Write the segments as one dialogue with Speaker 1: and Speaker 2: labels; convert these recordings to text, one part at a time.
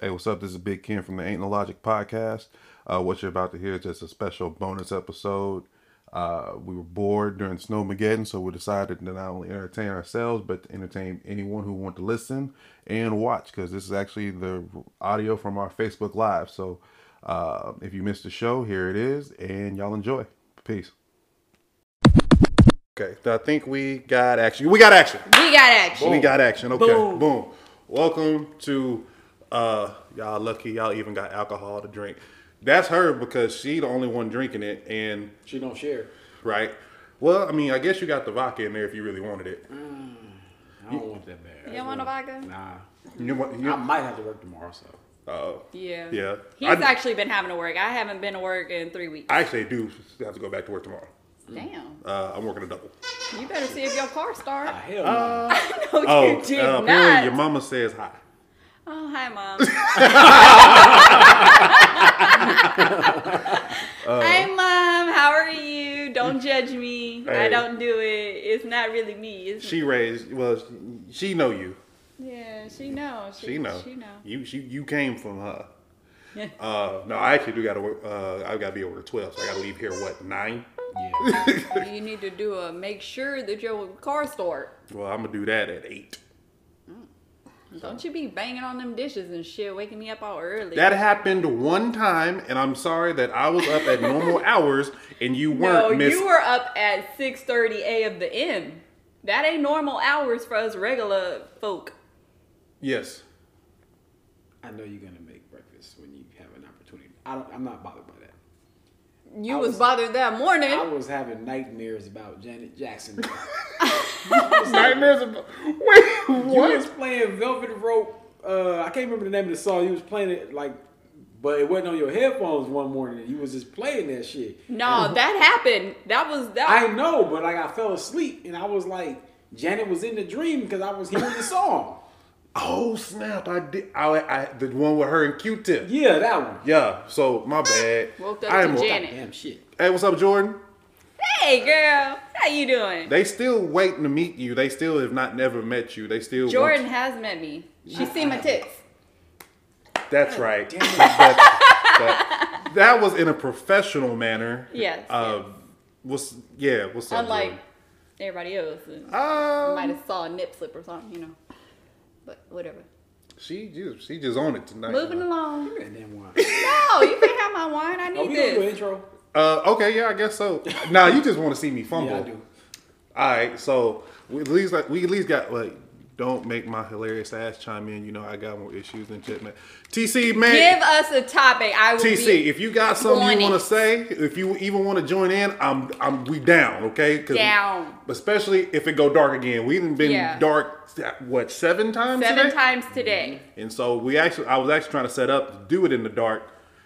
Speaker 1: Hey, what's up? This is Big Ken from the Ain't No Logic podcast. Uh, what you're about to hear is just a special bonus episode. Uh, we were bored during Snowmageddon, so we decided to not only entertain ourselves, but to entertain anyone who want to listen and watch, because this is actually the audio from our Facebook Live. So uh, if you missed the show, here it is, and y'all enjoy. Peace. Okay, so I think we got action. We got action.
Speaker 2: We got action.
Speaker 1: We got action. Okay. Boom.
Speaker 2: Boom.
Speaker 1: Welcome to uh y'all lucky y'all even got alcohol to drink. That's her because she the only one drinking it and
Speaker 3: She don't share.
Speaker 1: right. Well, I mean, I guess you got the vodka in there if you really wanted it.
Speaker 3: I don't want that bad.
Speaker 2: You don't want no vodka?
Speaker 3: Nah.
Speaker 2: Mm-hmm.
Speaker 1: You want
Speaker 3: I
Speaker 1: you
Speaker 3: might have to work tomorrow, so.
Speaker 1: oh.
Speaker 2: Yeah.
Speaker 1: Yeah.
Speaker 2: He's
Speaker 1: I-
Speaker 2: actually been having to work. I haven't been to work in three weeks.
Speaker 1: I actually do have to go back to work tomorrow.
Speaker 2: Damn.
Speaker 1: Uh, I'm working a double.
Speaker 2: You better see if your car starts.
Speaker 3: Ah, hell no.
Speaker 2: No,
Speaker 1: Oh,
Speaker 2: you did
Speaker 1: uh, apparently
Speaker 2: not.
Speaker 1: your mama says hi.
Speaker 2: oh, hi, mom.
Speaker 1: Uh.
Speaker 2: Hi, mom. How are you? Don't judge me.
Speaker 1: Hey.
Speaker 2: I don't do it. It's not really me. It's
Speaker 1: She raised well, she know you.
Speaker 2: yeah, she knows.
Speaker 1: She know.
Speaker 2: She knows.
Speaker 1: You she, you came from her. uh, no, I actually do got to work. Uh, I got to be over at twelve, so I got to leave here what nine.
Speaker 3: Yeah.
Speaker 2: you need to do a make sure that your car start.
Speaker 1: Well, I'm gonna do that at eight.
Speaker 2: Don't you be banging on them dishes and shit, waking me up all early.
Speaker 1: That happened one time, and I'm sorry that I was up at normal hours and you
Speaker 2: No,
Speaker 1: weren't. miss.
Speaker 2: you were up at 6:30 a.m. the M. That ain't normal hours for us regular folk.
Speaker 1: yes.
Speaker 3: I know you're going to make breakfast when you have an opportunity. I don't, I'm not bothered by that.
Speaker 2: You
Speaker 3: I
Speaker 2: was,
Speaker 3: was-
Speaker 2: bothered that morning.
Speaker 3: I was having nightmares about Janet Jackson.
Speaker 1: Nightmares. Of, wait,
Speaker 3: you was playing Velvet Rope. Uh, I can't remember the name of the song. You was playing it like, but it wasn't on your headphones one morning. You was just playing that shit.
Speaker 2: no, that happened. That was that.
Speaker 3: I know, but like I fell asleep and I was like, Janet was in the dream because I was hearing the song.
Speaker 1: Oh snap! I did. I, I the one with her and Q-tip. Yeah.
Speaker 3: Yeah, that one.
Speaker 1: so my bad.
Speaker 2: Woke up
Speaker 1: I
Speaker 2: to
Speaker 1: am-
Speaker 2: Janet.
Speaker 3: Damn shit.
Speaker 1: Hey, what's up, Jordan?
Speaker 2: hey, girl, how you doing?
Speaker 1: They still waiting to meet you. They still have not never met you. They still want
Speaker 2: Jordan has met me. She seen my tits.
Speaker 1: That's
Speaker 2: Oh,
Speaker 1: right.
Speaker 3: damn it.
Speaker 1: That, that- that was in a professional manner.
Speaker 2: Yes,
Speaker 1: Uh, what's yeah? What's up?
Speaker 2: Unlike
Speaker 1: Jordan?
Speaker 2: everybody else, and
Speaker 1: Um,
Speaker 2: might have saw a nip slip or something, you know. But whatever.
Speaker 1: she just she just on it tonight. Uh,
Speaker 2: Moving along.
Speaker 3: That damn one.
Speaker 2: No, you can't have my wine. I
Speaker 3: Are
Speaker 2: need
Speaker 3: we gonna do an
Speaker 2: this.
Speaker 3: intro?
Speaker 1: Uh, okay, yeah, I guess so. nah, you just want to see me fumble.
Speaker 3: Yeah, I do.
Speaker 1: All right, so we at least like we at least got like. Don't make my hilarious ass chime in. You know I got more issues than shit, man. TC man,
Speaker 2: Give us a topic. I will
Speaker 1: TC,
Speaker 2: be
Speaker 1: if you got something
Speaker 2: on
Speaker 1: you want
Speaker 2: it.
Speaker 1: to say, if you even want to join in, I'm, I'm, we down, okay? 'Cause-
Speaker 2: Down.
Speaker 1: Especially if it go dark again. We even been
Speaker 2: Yeah.
Speaker 1: dark what seven times
Speaker 2: seven
Speaker 1: today?
Speaker 2: times today.
Speaker 3: Mm-hmm.
Speaker 1: And so we actually, I was actually trying to set up to do it in the dark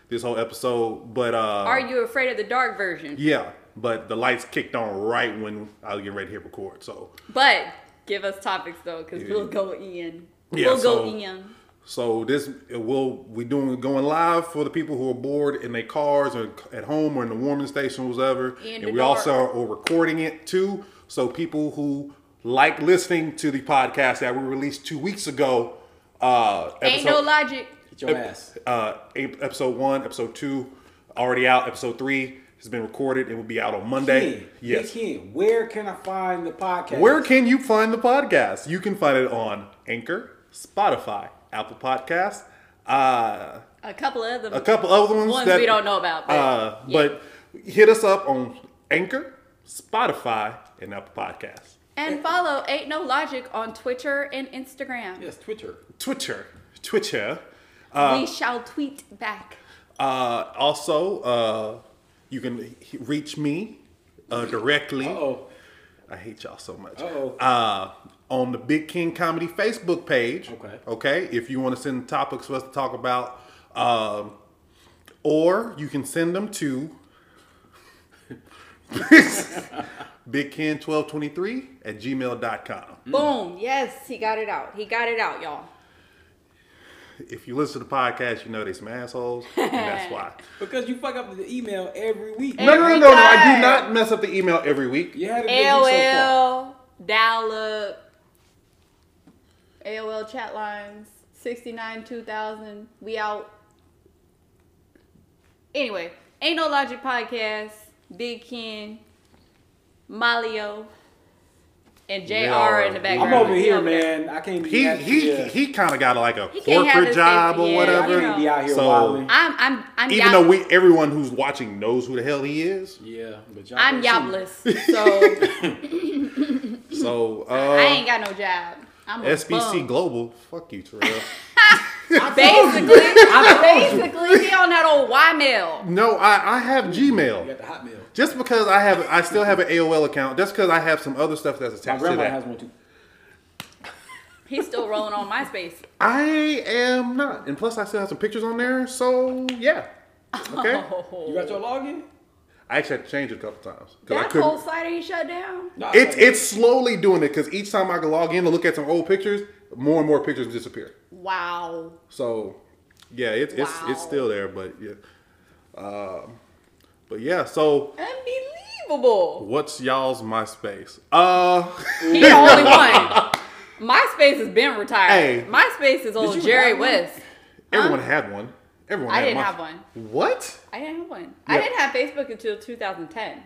Speaker 1: this whole episode, but uh,
Speaker 2: Are you afraid of the dark version?
Speaker 1: yeah, but the lights kicked on right when I was getting ready to hit record. So,
Speaker 2: But give us topics though, because we'll go in.
Speaker 1: Yeah,
Speaker 2: we'll go
Speaker 1: so-
Speaker 2: in.
Speaker 1: so this will we doing going live for the people who are bored in their cars or at home or in the warming station or whatever.
Speaker 2: In
Speaker 1: and
Speaker 2: the
Speaker 1: we
Speaker 2: dark.
Speaker 1: also are recording it too. So people who like listening to the podcast that we released two weeks ago, uh,
Speaker 2: Ain't no logic.
Speaker 3: Get your ass.
Speaker 1: uh, ep- episode one, episode two, already out. Episode three has been recorded. It will be out on Monday.
Speaker 3: Ken,
Speaker 1: yes.
Speaker 3: Big Ken, where can I find the podcast?
Speaker 1: Where can you find the podcast? You can find it on Anchor, Spotify, Apple Podcasts, uh,
Speaker 2: A couple of them.
Speaker 1: a couple other ones,
Speaker 2: Ones
Speaker 1: that
Speaker 2: we don't know about, but-
Speaker 1: uh,
Speaker 2: yeah.
Speaker 1: But hit us up on Anchor, Spotify, and Apple Podcasts.
Speaker 2: And follow Ain't No Logic on Twitter and Instagram.
Speaker 3: Yes, Twitter.
Speaker 1: Twitter, Twitter.
Speaker 2: we shall tweet back.
Speaker 1: Uh, also, uh, you can h- reach me uh, directly.
Speaker 3: Oh,
Speaker 1: I hate y'all so much.
Speaker 3: Uh-oh.
Speaker 1: Uh, on the Big King Comedy Facebook page.
Speaker 3: Okay.
Speaker 1: Okay. If you want to send topics for us to talk about, um, or you can send them to Big Ken 1223 at gmail.com.
Speaker 2: Boom. Yes, he got it out. He got it out, y'all.
Speaker 1: If you listen to the podcast, you know they some assholes. And that's why.
Speaker 3: because you fuck up the email every week.
Speaker 1: No, no, no,
Speaker 2: Every
Speaker 1: no, no. I do
Speaker 2: time.
Speaker 1: not mess up the email every week.
Speaker 3: You had a good week so far.
Speaker 2: AOL, dial up, AOL chat lines, 69, 2000. We out. Anyway, Ain't No Logic Podcast, Big Ken, Malio, and JR in the
Speaker 1: I'm
Speaker 2: background.
Speaker 3: I'm over
Speaker 2: He
Speaker 3: here,
Speaker 2: there.
Speaker 3: man. I can't be
Speaker 1: He
Speaker 3: out
Speaker 1: he
Speaker 3: here.
Speaker 1: he kind of got like a
Speaker 2: He can't have
Speaker 1: corporate
Speaker 2: his
Speaker 1: job
Speaker 2: safety,
Speaker 1: or
Speaker 2: yeah,
Speaker 3: I
Speaker 1: whatever.
Speaker 2: you know.
Speaker 3: can't be out here
Speaker 1: So-
Speaker 3: wilding.
Speaker 2: I'm I'm I'm
Speaker 1: Even
Speaker 2: yab-
Speaker 1: though we everyone who's watching knows who the hell he is.
Speaker 3: Yeah, but y'all
Speaker 2: I'm
Speaker 3: can see.
Speaker 2: jobless, so
Speaker 1: So uh,
Speaker 2: I ain't got no job. I'm a
Speaker 1: SBC
Speaker 2: bum.
Speaker 1: Global. Fuck you, Terrell.
Speaker 2: Basically,
Speaker 3: I told you.
Speaker 2: basically, he on that old Ymail.
Speaker 1: no, I, I have
Speaker 3: You
Speaker 1: Gmail.
Speaker 3: got the hot meal.
Speaker 1: Just because I have I still have an AOL account, just because I have some other stuff that's
Speaker 3: My
Speaker 1: attached to
Speaker 3: grandma
Speaker 1: that.
Speaker 3: has one too.
Speaker 2: He's still rolling on MySpace.
Speaker 1: I am not. And plus I still have some pictures on there, so yeah. Okay.
Speaker 2: Oh.
Speaker 3: You got your login?
Speaker 1: I actually had to change it a couple times. 'cause I
Speaker 2: that
Speaker 1: couldn't-
Speaker 2: whole site ain't shut down.
Speaker 3: No,
Speaker 1: It's it's slowly doing it because each time I can log in to look at some old pictures, more and more pictures disappear.
Speaker 2: Wow.
Speaker 1: So yeah, it's it's
Speaker 2: Wow.
Speaker 1: it's still there, but yeah. Um, but yeah, so
Speaker 2: Unbelievable.
Speaker 1: what's y'all's MySpace? Uh
Speaker 2: He the only one. MySpace has been retired.
Speaker 1: Hey.
Speaker 2: MySpace is old
Speaker 3: you
Speaker 2: Jerry
Speaker 3: have one?
Speaker 2: West.
Speaker 1: everyone had one. Everyone
Speaker 2: I
Speaker 1: had
Speaker 2: didn't
Speaker 1: my-
Speaker 2: have one.
Speaker 1: What?
Speaker 2: I didn't have one.
Speaker 1: Yeah.
Speaker 2: I didn't have Facebook until 2010.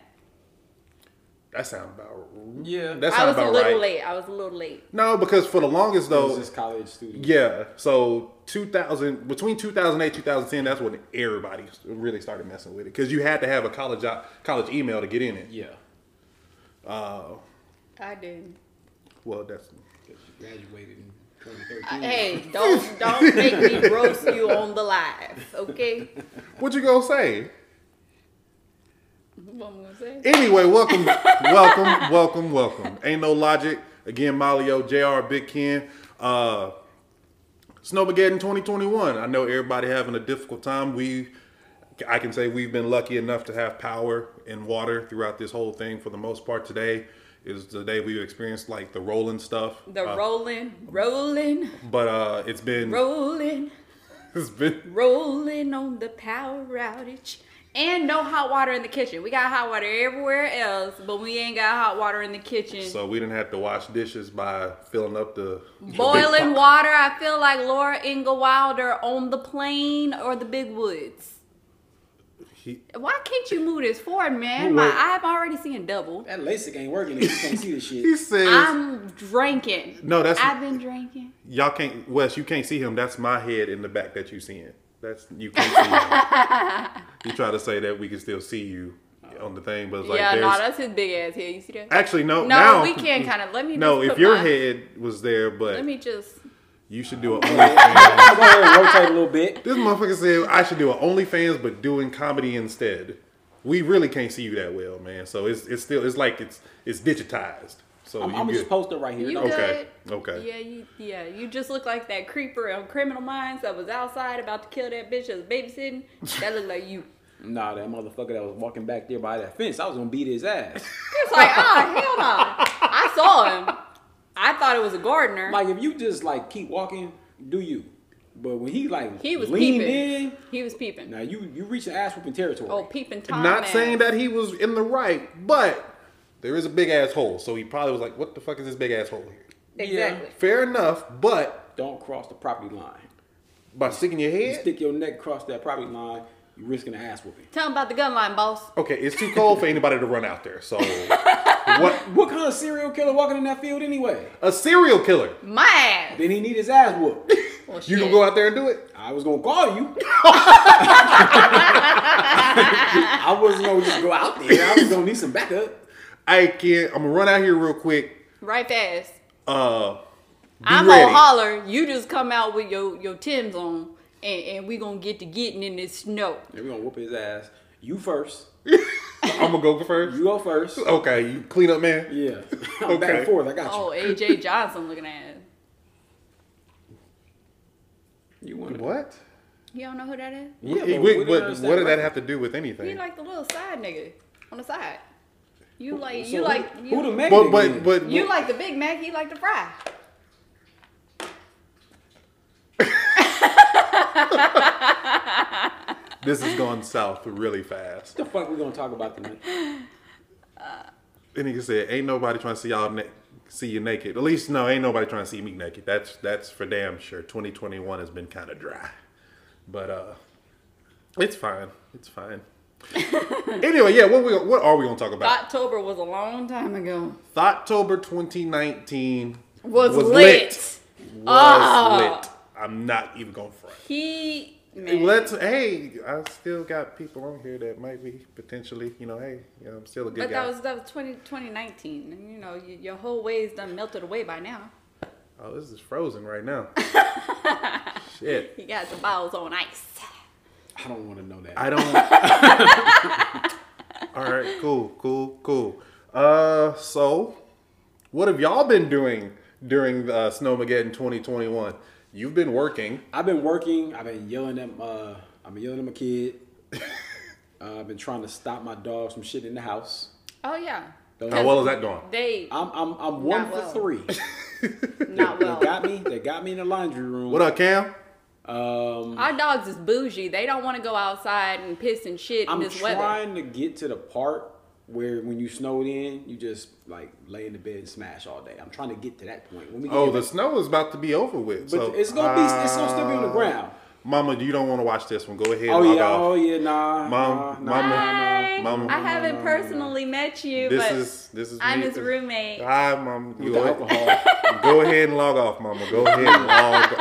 Speaker 1: That sounds about
Speaker 3: Yeah.
Speaker 1: That
Speaker 2: I
Speaker 1: sounds
Speaker 2: was a
Speaker 1: about
Speaker 2: little
Speaker 1: right.
Speaker 2: late. I was a little late.
Speaker 1: No, because for the longest
Speaker 3: I
Speaker 1: though,
Speaker 3: was just college student.
Speaker 1: yeah. So 2000 between 2008 2010, that's when everybody really started messing with it because you had to have a college job, college email to get in it.
Speaker 3: Yeah.
Speaker 2: I didn't.
Speaker 1: Well, that's
Speaker 3: 'Cause you graduated
Speaker 2: I-
Speaker 3: in 2013.
Speaker 2: Uh, Hey, don't don't make me roast you on the live, okay?
Speaker 1: what you gonna say.
Speaker 2: What I'm gonna say?
Speaker 1: Anyway, welcome, welcome, welcome, welcome. Ain't no logic. Again, Malio, JR, Big Ken. Uh, Snowmageddon 2021. I know everybody having a difficult time. We, I can say we've been lucky enough to have power and water throughout this whole thing for the most part. Today is the day we've experienced like the rolling stuff.
Speaker 2: The
Speaker 1: Uh,
Speaker 2: rolling, rolling,
Speaker 1: But uh, it's been
Speaker 2: rolling,
Speaker 1: it's been
Speaker 2: rolling on the power outage. And no hot water in the kitchen. We got hot water everywhere else, but we ain't got hot water in the kitchen.
Speaker 1: so we didn't have to wash dishes by filling up the the big
Speaker 2: Boiling
Speaker 1: pot.
Speaker 2: water, I feel like Laura Inga Wilder on the plane or the big woods.
Speaker 1: He-
Speaker 2: Why can't you move this forward, man? My,
Speaker 1: Wait.
Speaker 2: I'm already seeing double.
Speaker 3: That LASIK ain't working. if You can't see this
Speaker 1: He
Speaker 3: shit.
Speaker 1: says
Speaker 2: I'm drinking.
Speaker 1: No, that's-
Speaker 2: I've been drinking.
Speaker 1: Y'all can't, Wes. You can't see him. That's my head in the back that you seeing. That's you can't see. him. You try to say that we can still see you on the thing, but it's like
Speaker 2: yeah,
Speaker 1: there's
Speaker 2: no, that's his big ass head. You see that?
Speaker 1: actually no.
Speaker 2: no,
Speaker 1: now,
Speaker 2: we can kind of. Let me.
Speaker 1: No,
Speaker 2: just
Speaker 1: if
Speaker 2: put
Speaker 1: your
Speaker 2: my-
Speaker 1: head was there,
Speaker 2: Let
Speaker 1: but
Speaker 2: me just.
Speaker 1: you should do an
Speaker 3: I'm
Speaker 1: OnlyFans.
Speaker 3: gonna go ahead and rotate a little bit.
Speaker 1: this motherfucker said I should do an OnlyFans, but doing comedy instead. We really can't see you that well, man. So it's it's still it's like it's it's digitized. So
Speaker 3: I'm,
Speaker 1: Oh, you
Speaker 3: I'm gonna
Speaker 1: good.
Speaker 3: just post it right here.
Speaker 2: You
Speaker 3: Don't-
Speaker 1: Okay,
Speaker 2: good?
Speaker 1: okay.
Speaker 2: Yeah, you, yeah. You just look like that creeper on Criminal Minds that was outside about to kill that bitch that was babysitting. That looked like you.
Speaker 3: Nah, that motherfucker that was walking back there by that fence, I was gonna beat his ass.
Speaker 2: It's like, oh hell no! I saw him. I thought it was a gardener.
Speaker 3: like if you just like keep walking, do you? But when he like
Speaker 2: he was
Speaker 3: leaned
Speaker 2: peeping. He was
Speaker 3: in,
Speaker 2: peeping.
Speaker 3: now you you reaching ass whooping territory.
Speaker 2: Oh, peeping Tom.
Speaker 1: Not
Speaker 2: ass.
Speaker 1: saying that he was in the right, but there is a big asshole. So he probably was like, "What the fuck is this big asshole here?"
Speaker 2: Exactly.
Speaker 1: Fair enough, but
Speaker 3: Don't cross the property line.
Speaker 1: by sticking your
Speaker 3: You
Speaker 1: head,
Speaker 3: stick your neck across that property line, you risking an ass whooping.
Speaker 2: Tell him about the gun line, boss.
Speaker 1: okay, it's too cold for anybody to run out there. So, what?
Speaker 3: What kind of serial killer walking in that field anyway?
Speaker 1: A serial killer?
Speaker 2: My ass.
Speaker 3: Then he need his ass whooped.
Speaker 2: Well,
Speaker 1: You
Speaker 2: shit.
Speaker 1: gonna go out there and do it?
Speaker 3: I was gonna call you. I wasn't gonna just go out there. I was gonna need some backup.
Speaker 1: I can't. I'm gonna run out here real quick.
Speaker 2: right fast.
Speaker 1: Uh, be
Speaker 2: I'm
Speaker 1: ready.
Speaker 2: gonna holler. You just come out with your your Tim's on, and, and we gonna get to getting in this snow.
Speaker 3: And we gonna whoop his ass. You first.
Speaker 1: I'm gonna go first.
Speaker 3: You go first.
Speaker 1: Okay, you clean up, man.
Speaker 3: Yeah. I'm back
Speaker 1: Okay.
Speaker 3: and forth. I got you.
Speaker 2: Oh, AJ Johnson looking at. Him.
Speaker 3: You won.
Speaker 1: What?
Speaker 2: You don't know who that is?
Speaker 3: Yeah,
Speaker 1: Wait,
Speaker 3: but
Speaker 1: wait,
Speaker 3: we
Speaker 1: what,
Speaker 3: didn't understand
Speaker 1: what did that
Speaker 3: right.
Speaker 1: have to do with
Speaker 2: He
Speaker 1: anything?
Speaker 2: like the little side nigga on the side. You like
Speaker 3: So
Speaker 2: you
Speaker 3: who-
Speaker 2: like
Speaker 3: who,
Speaker 2: you,
Speaker 3: the man?
Speaker 1: but but but
Speaker 2: you like the Big Mac. He like the fry.
Speaker 1: this is going south really fast.
Speaker 3: the fuck we gonna talk about tonight?
Speaker 1: And he said, "Ain't nobody trying to see y'all neck see you naked. At least no, ain't nobody trying to see me naked. That's that's for damn sure. 2021 has been kind of dry, but uh, it's fine. It's fine. anyway, yeah. What we what are we gonna talk about?
Speaker 2: October was a long time ago.
Speaker 1: Thoughttober 2019
Speaker 2: Was lit.
Speaker 1: Was
Speaker 2: Ah.
Speaker 1: lit. I'm not even going for it.
Speaker 2: He man.
Speaker 1: Let's hey, I still got people on here that might be potentially, you know, hey, you know, I'm still a good
Speaker 2: but
Speaker 1: guy.
Speaker 2: that was that was 20, 2019. and you know y- your whole ways done melted away by now.
Speaker 1: oh, this is frozen right now. Shit.
Speaker 2: He got the balls on ice.
Speaker 3: I don't want to know that.
Speaker 1: I don't. All right, cool, cool, cool. Uh, so, what have y'all been doing during the uh, Snowmageddon 2021? You've been working.
Speaker 3: I've been working. I've been yelling at my, uh, I've been yelling at my kid. uh, I've been trying to stop my dogs from shit in the house.
Speaker 2: Oh yeah,
Speaker 3: Those-
Speaker 1: How well is that going?
Speaker 2: they
Speaker 3: I'm I'm I'm one
Speaker 2: Not
Speaker 3: for
Speaker 2: well.
Speaker 3: three.
Speaker 2: not
Speaker 3: They
Speaker 2: well.
Speaker 3: got me. They got me in the laundry room.
Speaker 1: What up, Cam?
Speaker 3: Um,
Speaker 2: Our dogs is bougie. They don't want to go outside and piss and shit
Speaker 3: I'm
Speaker 2: in this weather.
Speaker 3: trying to get to the part where when you snowed in, you just like lay in the bed and smash all day. I'm trying to get to that point. When we get
Speaker 1: Oh,
Speaker 3: in
Speaker 1: the Ah.
Speaker 3: the-
Speaker 1: snow is about to be over with.
Speaker 3: but
Speaker 1: so- uh,
Speaker 3: it's gonna be it's gonna still be on the ground.
Speaker 1: Mama, you don't want to watch this one. Go ahead.
Speaker 3: Oh
Speaker 1: log
Speaker 3: yeah,
Speaker 1: off.
Speaker 3: oh yeah, nah,
Speaker 1: Mom,
Speaker 3: nah, nah.
Speaker 1: mama.
Speaker 2: Hi.
Speaker 1: Mama.
Speaker 2: I haven't personally met you,
Speaker 1: This
Speaker 2: but
Speaker 1: is this is.
Speaker 2: I'm
Speaker 1: me.
Speaker 2: his roommate.
Speaker 1: Hi, Mama. You
Speaker 3: With the
Speaker 1: go- Go ahead and log off, Mama. Go ahead and log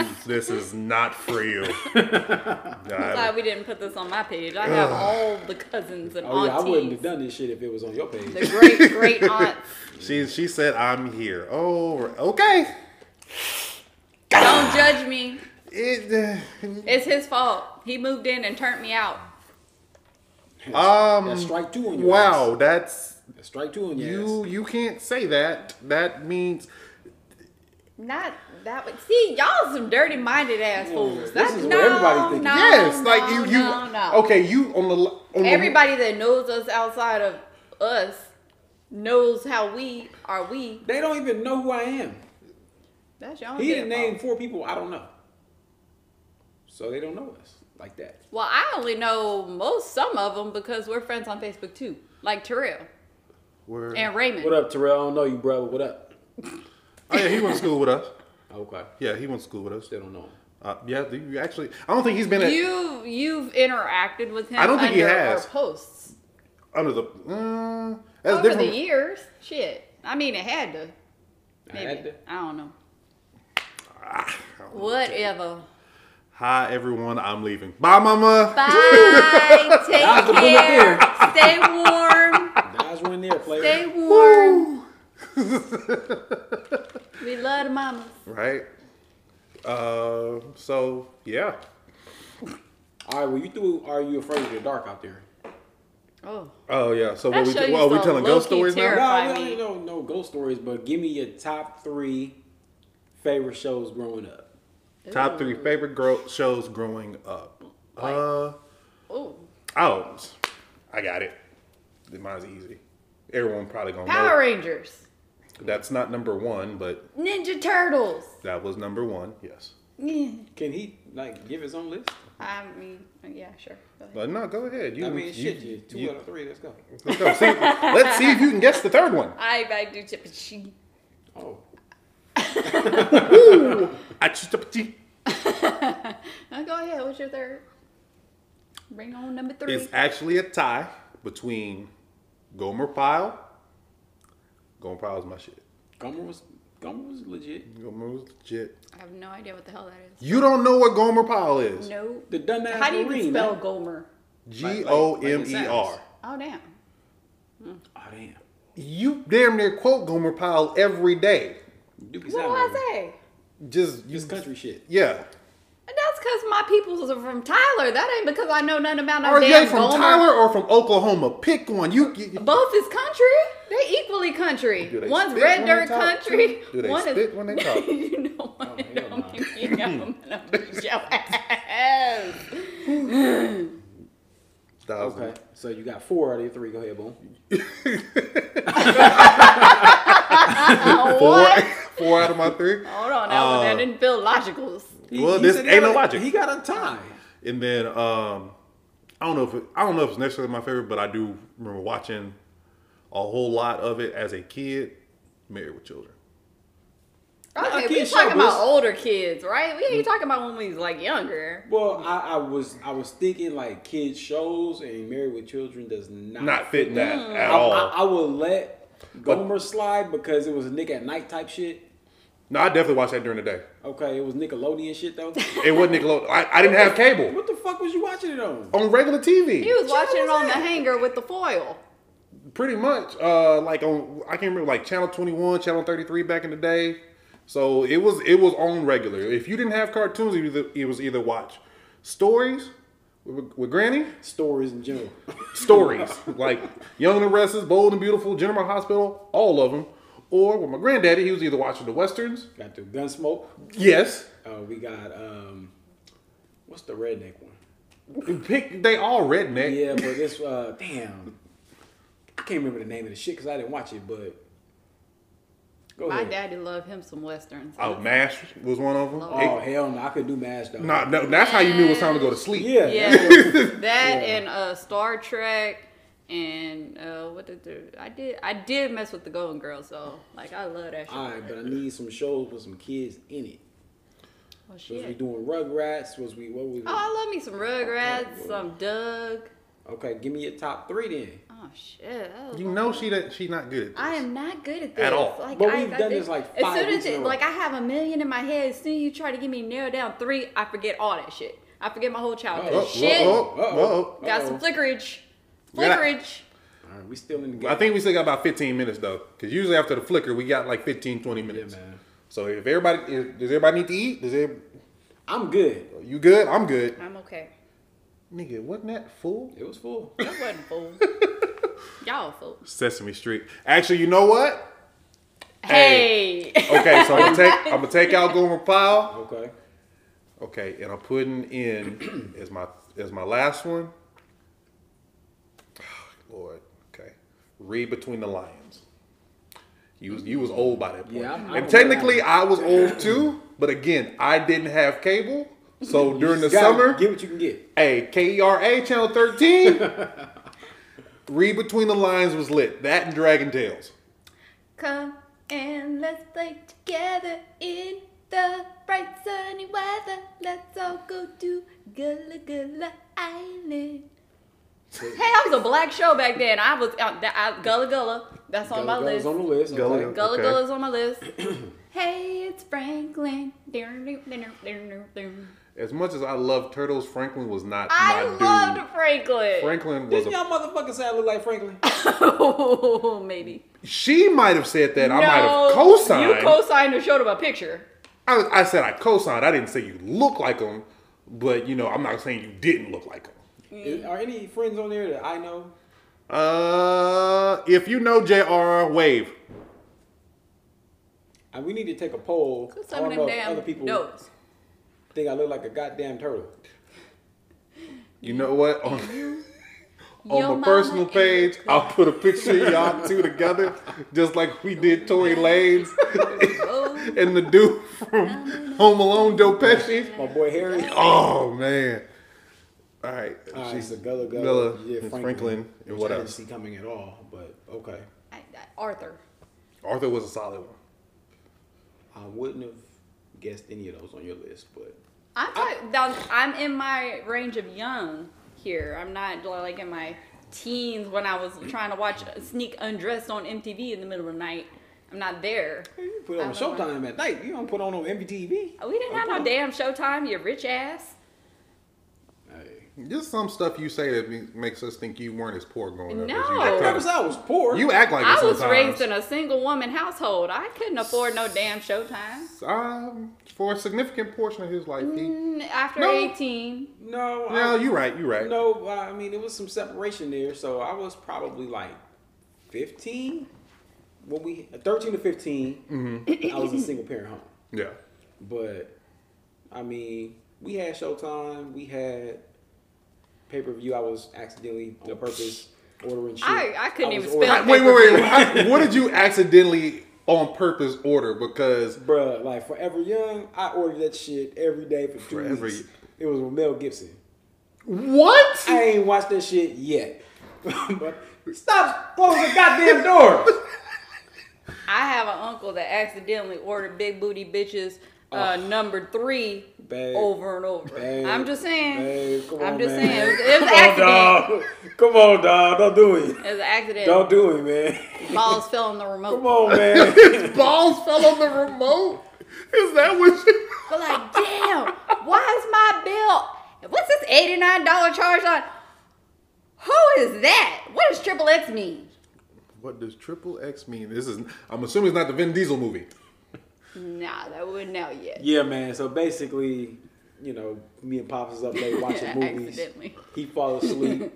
Speaker 1: off. This is not for you.
Speaker 2: I'm
Speaker 1: God.
Speaker 2: glad we didn't put this on my page. I have all the cousins and
Speaker 3: Oh yeah, I wouldn't have
Speaker 2: aunties.
Speaker 3: done this shit if it was on your page.
Speaker 2: The great great aunts.
Speaker 1: She she said I'm here. Oh, okay.
Speaker 2: Don't judge me.
Speaker 1: It,
Speaker 2: It's his fault. He moved in and turned me out.
Speaker 1: um.
Speaker 3: That's strike two on your
Speaker 1: Wow, that's
Speaker 3: ass. That's strike two on your
Speaker 1: you.
Speaker 3: ass.
Speaker 1: You can't say that. That means
Speaker 2: Not that way. See, y'all some dirty minded ass fools.
Speaker 3: this
Speaker 2: That's
Speaker 3: is what
Speaker 2: no,
Speaker 3: everybody thinks.
Speaker 2: no,
Speaker 1: yes. Like you.
Speaker 2: no,
Speaker 1: You
Speaker 2: no, no.
Speaker 1: okay? You on the li- on the-
Speaker 2: Everybody that knows us outside of us knows how we are. We.
Speaker 3: They don't even know who I am.
Speaker 2: That's y'all.
Speaker 3: He
Speaker 2: damn
Speaker 3: didn't name
Speaker 2: fault.
Speaker 3: four people I don't know, so they don't know us like that.
Speaker 2: Well, I only know most some of them because we're friends on Facebook too, like Terrell
Speaker 1: Word.
Speaker 2: and Raymond.
Speaker 3: What up, Terrell? I don't know you, brother. What up?
Speaker 1: Oh yeah, he went to school with us.
Speaker 3: Okay,
Speaker 1: Yeah, he went to school with us.
Speaker 3: still don't know. Him.
Speaker 1: Uh, yeah, you actually. I don't think he's been at,
Speaker 2: You you've interacted with him.
Speaker 1: I don't think he
Speaker 2: under
Speaker 1: has.
Speaker 2: Our posts
Speaker 1: under the. Uh, that's
Speaker 2: over
Speaker 1: different.
Speaker 2: the years. Shit. I mean, it had to.
Speaker 3: I
Speaker 2: Maybe. I,
Speaker 3: had to-
Speaker 2: don't know.
Speaker 1: Ah,
Speaker 2: Whatever.
Speaker 1: Hi everyone, I'm leaving. Bye, mama.
Speaker 2: Bye.
Speaker 3: That was
Speaker 2: Take
Speaker 3: the point
Speaker 2: care.
Speaker 3: there.
Speaker 2: Stay warm.
Speaker 3: Guys, were in there, player.
Speaker 2: Stay warm.
Speaker 1: Woo.
Speaker 2: We love the mamas.
Speaker 1: right. Uh, so yeah,
Speaker 3: All right, well, you threw Are You Afraid of the Dark out there?
Speaker 2: Oh.
Speaker 1: Oh yeah. So
Speaker 2: That
Speaker 1: what we
Speaker 2: show
Speaker 1: do,
Speaker 2: you
Speaker 1: well, we
Speaker 2: so
Speaker 1: telling ghost
Speaker 2: low-key
Speaker 1: stories now?
Speaker 2: terrifying.
Speaker 3: No,
Speaker 2: Terrify
Speaker 3: we don't
Speaker 2: me.
Speaker 3: need no, no ghost stories, but give me your top three favorite shows growing up.
Speaker 1: Top three favorite gro- shows growing up.
Speaker 2: Like-
Speaker 1: Uh
Speaker 2: Ooh.
Speaker 1: oh, I got it. Mine's easy. Everyone probably gonna
Speaker 2: Power
Speaker 1: know.
Speaker 2: Rangers.
Speaker 1: it. That's not number one, but
Speaker 2: Ninja Turtles.
Speaker 1: that was number one. Yes.
Speaker 2: Yeah.
Speaker 3: Can he like give his own list?
Speaker 2: I mean, yeah, sure. Go ahead.
Speaker 1: But no, go ahead. You,
Speaker 3: I mean,
Speaker 1: you-
Speaker 3: shit, yeah, two
Speaker 1: you-
Speaker 3: out of three. Let's go.
Speaker 1: let's, go. See, let's see if you can guess the third one.
Speaker 2: I I do chip and cheese.
Speaker 3: Oh,
Speaker 1: I just a petit.
Speaker 2: Now go ahead. What's your third? Bring on number three.
Speaker 1: It's actually a tie between Gomer Pyle. Gomer Pyle is my shit.
Speaker 3: Gomer was Gomer was legit.
Speaker 1: Gomer was legit.
Speaker 2: I have no idea what the hell that
Speaker 1: You don't know what Gomer Pyle is. eh?
Speaker 2: is. No.
Speaker 3: The dumbass
Speaker 2: How do you
Speaker 3: Marine,
Speaker 2: even spell
Speaker 3: man.
Speaker 2: Gomer?
Speaker 1: G O M E R.
Speaker 2: Oh damn.
Speaker 3: Oh damn,
Speaker 1: You damn near quote Gomer Pyle every day.
Speaker 3: Duke is
Speaker 2: What do
Speaker 3: out
Speaker 2: I
Speaker 3: here.
Speaker 2: say?
Speaker 1: Just you,
Speaker 3: This country shit.
Speaker 1: yeah.
Speaker 2: That's because my peoples are from Tyler. That ain't because I know nothing about no
Speaker 1: Are
Speaker 2: damn
Speaker 1: they from
Speaker 2: Gomer.
Speaker 1: Tyler or from Oklahoma? Pick one. You, you
Speaker 2: Both is country. They equally country.
Speaker 1: Do they
Speaker 2: One's
Speaker 1: spit
Speaker 2: red
Speaker 1: when they
Speaker 2: dirt
Speaker 1: talk,
Speaker 2: country.
Speaker 1: too? Do they
Speaker 2: one
Speaker 1: spit Oh,
Speaker 2: is,
Speaker 1: when they talk?
Speaker 2: you know what?
Speaker 3: hell
Speaker 2: Don't
Speaker 3: no.
Speaker 2: make me yell. I'm gonna beat your ass.
Speaker 1: thousand.
Speaker 3: Okay, so you got four out of your three. Go ahead, boom.
Speaker 2: Oh,
Speaker 1: Four,
Speaker 2: what?
Speaker 1: four out of my three.
Speaker 2: Hold on, that, one,
Speaker 1: Uh,
Speaker 2: that didn't feel logical.
Speaker 1: Well, this
Speaker 3: said he
Speaker 1: ain't
Speaker 3: got
Speaker 1: no
Speaker 3: a-
Speaker 1: logic.
Speaker 3: He got a tie.
Speaker 1: And then um, I don't know if it, I don't know if it's necessarily my favorite, but I do remember watching a whole lot of it as a kid. married with children.
Speaker 3: Nah, Mm.
Speaker 2: Okay, we
Speaker 3: kids
Speaker 2: talking
Speaker 3: show,
Speaker 2: about
Speaker 3: bitch.
Speaker 2: older kids, right? We ain't talking about when we was like younger.
Speaker 3: Well, I, I was I was thinking like kids shows and Married with Children does not
Speaker 1: Not fitting that
Speaker 3: I,
Speaker 1: at all.
Speaker 3: Mm. I, I will let Gomer slide because it was a Nick at Night type shit.
Speaker 1: no, I definitely watched that during the day.
Speaker 3: Okay, it was Nickelodeon shit though.
Speaker 1: It wasn't Nickelodeon. I, I didn't have cable
Speaker 3: what the fuck was you watching it on?
Speaker 1: on regular TV.
Speaker 2: He was
Speaker 3: What
Speaker 2: watching
Speaker 3: channel
Speaker 2: it
Speaker 3: was
Speaker 2: on the
Speaker 3: that?
Speaker 2: hanger with the foil.
Speaker 1: pretty much uh like on i can't remember like channel 21 channel 33 back in the day so it was it was on regular if you didn't have cartoons it was either, it was either watch stories with, with granny
Speaker 3: Stories in general.
Speaker 1: stories like young and the restless bold and beautiful general hospital all of them or with my granddaddy he was either watching the westerns
Speaker 3: got the Gunsmoke.
Speaker 1: yes
Speaker 3: Uh, we got um, what's the redneck one?
Speaker 1: Pick, they all redneck
Speaker 3: Yeah, but this uh, damn, I can't remember the name of the shit because I didn't watch it. But go
Speaker 2: My
Speaker 3: ahead.
Speaker 2: daddy loved him some westerns.
Speaker 1: oh mash was one of them
Speaker 3: Oh hell no, I could do mash though.
Speaker 1: nah, no, that's how you knew it was time to go to sleep
Speaker 3: Yeah.
Speaker 2: Yeah, that and uh, Star Trek and uh, what did the- I did? I did mess with the Golden Girls, so like I love that shit.
Speaker 3: All right, but I need some shows with some kids in it.
Speaker 2: Well,
Speaker 3: Was we
Speaker 2: shit.
Speaker 3: doing Rugrats? Was we what was we?
Speaker 2: Oh, I love me some Rugrats, some Doug.
Speaker 3: Okay, give me your top three then.
Speaker 2: Oh shit! I
Speaker 1: you
Speaker 2: love-
Speaker 1: know she that she's not good at this.
Speaker 2: I am not good at this
Speaker 1: At all.
Speaker 2: Like,
Speaker 3: But
Speaker 2: I,
Speaker 3: we've
Speaker 2: I
Speaker 3: done
Speaker 2: think-
Speaker 3: this, like,
Speaker 2: as
Speaker 3: five
Speaker 2: soon
Speaker 3: weeks
Speaker 2: as
Speaker 3: in a
Speaker 2: it,
Speaker 3: row.
Speaker 2: like I have a million in my head. As soon as you try to get me narrow down three, I forget all that shit. I forget my whole childhood.
Speaker 3: Oh,
Speaker 1: Oh,
Speaker 2: shit,
Speaker 1: whoa, whoa,
Speaker 3: Uh-oh.
Speaker 1: whoa.
Speaker 2: got some flickerage,
Speaker 1: Yeah.
Speaker 2: flickerage.
Speaker 3: All right, we still in the game.
Speaker 1: I think we still got about 15 minutes though, because usually after the flicker we got like 15, 20
Speaker 3: yeah,
Speaker 1: minutes.
Speaker 3: man.
Speaker 1: so if everybody, if, does everybody need to eat? Does every,
Speaker 3: I'm good.
Speaker 1: you good? I'm good.
Speaker 2: I'm okay.
Speaker 1: Nigga, wasn't that full?
Speaker 3: It was full.
Speaker 2: That wasn't fool. Y'all fool.
Speaker 1: Sesame Street. Actually, you know what?
Speaker 2: Hey.
Speaker 1: Okay, so I'm gonna take I'm gonna take out Gomer Pyle.
Speaker 3: Okay.
Speaker 1: Okay, and I'm putting in as my as my last one. Lord, okay. Read between the lines. You was you was old by that point,
Speaker 3: Yeah, I'm- I'm
Speaker 1: and technically I was old too. But again, I didn't have cable, so during the
Speaker 3: You gotta
Speaker 1: summer,
Speaker 3: get what you can get.
Speaker 1: hey KERA channel thirteen. Read between the lines was lit. That and Dragon Tales.
Speaker 2: Come and let's play together in the bright sunny weather. Let's all go to Gullah Gullah Island. Hey, that was a black show back then. I was out that I, Gullah Gullah. That's on my
Speaker 3: Gullah Gullah's
Speaker 2: list.
Speaker 3: on the list.
Speaker 1: Gullah Gullah.
Speaker 3: okay.
Speaker 2: Gullah
Speaker 1: Okay.
Speaker 2: Gullah's on my list. hey, it's Franklin. I
Speaker 1: As much as I love Turtles, Franklin was not my dude.
Speaker 2: loved Franklin.
Speaker 1: Franklin was
Speaker 3: Didn't
Speaker 1: a
Speaker 3: y'all motherfuckers say I look like Franklin?
Speaker 2: Oh, Maybe.
Speaker 1: She might have said that. I
Speaker 2: No,
Speaker 1: might have co-signed.
Speaker 2: You co-signed or showed him a picture.
Speaker 1: I, I said I co-signed. I didn't say you look like him, but you know, I'm not saying you didn't look like him.
Speaker 2: Mm.
Speaker 3: Is- Are any friends on there that I know?
Speaker 1: Uh, if you know Jr. Wave,
Speaker 3: And we need to take a poll.
Speaker 2: Put
Speaker 3: I
Speaker 2: some of
Speaker 3: don't
Speaker 2: them
Speaker 3: know if
Speaker 2: damn
Speaker 3: other people
Speaker 2: notes.
Speaker 3: think I look like a goddamn turtle.
Speaker 1: you know what? On,
Speaker 2: Your
Speaker 1: on
Speaker 2: mama
Speaker 1: my personal
Speaker 2: ain't
Speaker 1: page, I'll put a picture of y'all two together, just like we did Tory Lanez
Speaker 2: Oh,
Speaker 1: and the dude from Home Alone, Joe Pesci.
Speaker 3: My boy Harry.
Speaker 1: Oh man! All right,
Speaker 3: All right,
Speaker 1: she's
Speaker 3: so Gullah Gullah,
Speaker 1: Gullah
Speaker 3: yeah,
Speaker 1: and Franklin, and
Speaker 3: which
Speaker 1: what
Speaker 3: I didn't
Speaker 1: else?
Speaker 3: see coming at all, but okay.
Speaker 2: I- I- Arthur.
Speaker 1: Arthur was a solid one.
Speaker 3: I wouldn't have guessed any of those on your list, but
Speaker 2: I'm talking, now, I'm in my range of young here. I'm not like in my teens when I was trying to watch Sneak Undressed on MTV in the middle of the night. I'm not there.
Speaker 3: hey, you put on
Speaker 2: I Oh. don't know.
Speaker 3: Showtime at night. You don't put on no MTV.
Speaker 2: We didn't have no damn Showtime, you rich ass.
Speaker 3: Hey.
Speaker 1: There's some stuff you say that be- makes us think you weren't as poor growing up.
Speaker 2: No.
Speaker 1: as you,
Speaker 3: Never said I was poor.
Speaker 1: you act like
Speaker 2: I
Speaker 1: it
Speaker 2: was
Speaker 1: sometimes.
Speaker 2: raised in a single woman household. I couldn't afford no damn Showtime.
Speaker 1: um, for a significant portion of his life. He,
Speaker 2: Mm, After
Speaker 1: No.
Speaker 2: 18,
Speaker 3: no,
Speaker 1: no,
Speaker 3: I,
Speaker 1: you're right. You're right.
Speaker 3: no. I mean, it was some separation there, so I was probably like fifteen when we thirteen to 15
Speaker 1: Mm-hmm.
Speaker 3: I was a single parent home,
Speaker 1: Yeah.
Speaker 3: but I mean, we had Showtime. We had pay per view. I was accidentally on purpose ordering shit.
Speaker 2: I- I couldn't even
Speaker 3: was
Speaker 2: spell
Speaker 3: ordering-
Speaker 1: I- wait, wait, wait. wait. I- what did you accidentally on purpose order? Because
Speaker 3: Bruh, like Forever Young, I ordered that shit every day for two
Speaker 1: Forever
Speaker 3: weeks.
Speaker 1: Y-
Speaker 3: It was with Mel Gibson.
Speaker 1: what?
Speaker 3: I ain't watched that shit yet. but stop closing the goddamn door.
Speaker 2: I have an uncle that accidentally ordered Big Booty Bitches uh, number three
Speaker 3: Oh. Babe.
Speaker 2: over and over.
Speaker 3: Babe.
Speaker 2: I'm just saying.
Speaker 3: Babe, come
Speaker 2: I'm
Speaker 3: on,
Speaker 2: just
Speaker 3: man.
Speaker 2: saying. It was, it was an
Speaker 3: Come on,
Speaker 2: accident.
Speaker 3: dog. Come on, dog. Don't do it.
Speaker 2: It was an accident.
Speaker 3: Don't do it, man.
Speaker 2: Balls fell on the remote.
Speaker 3: Come on, man.
Speaker 1: Balls fell on the remote. Is that what? You...
Speaker 2: But like, damn, why is my bill? What's this eighty-nine dollar charge on? Who is that? What does triple X mean?
Speaker 1: What does triple X mean? This is. I'm assuming it's not the Vin Diesel movie.
Speaker 2: Nah, that wouldn't know yet.
Speaker 3: yeah, man. So basically, you know, me and Pops is up late watching movies.
Speaker 2: Accidentally.
Speaker 3: He falls asleep.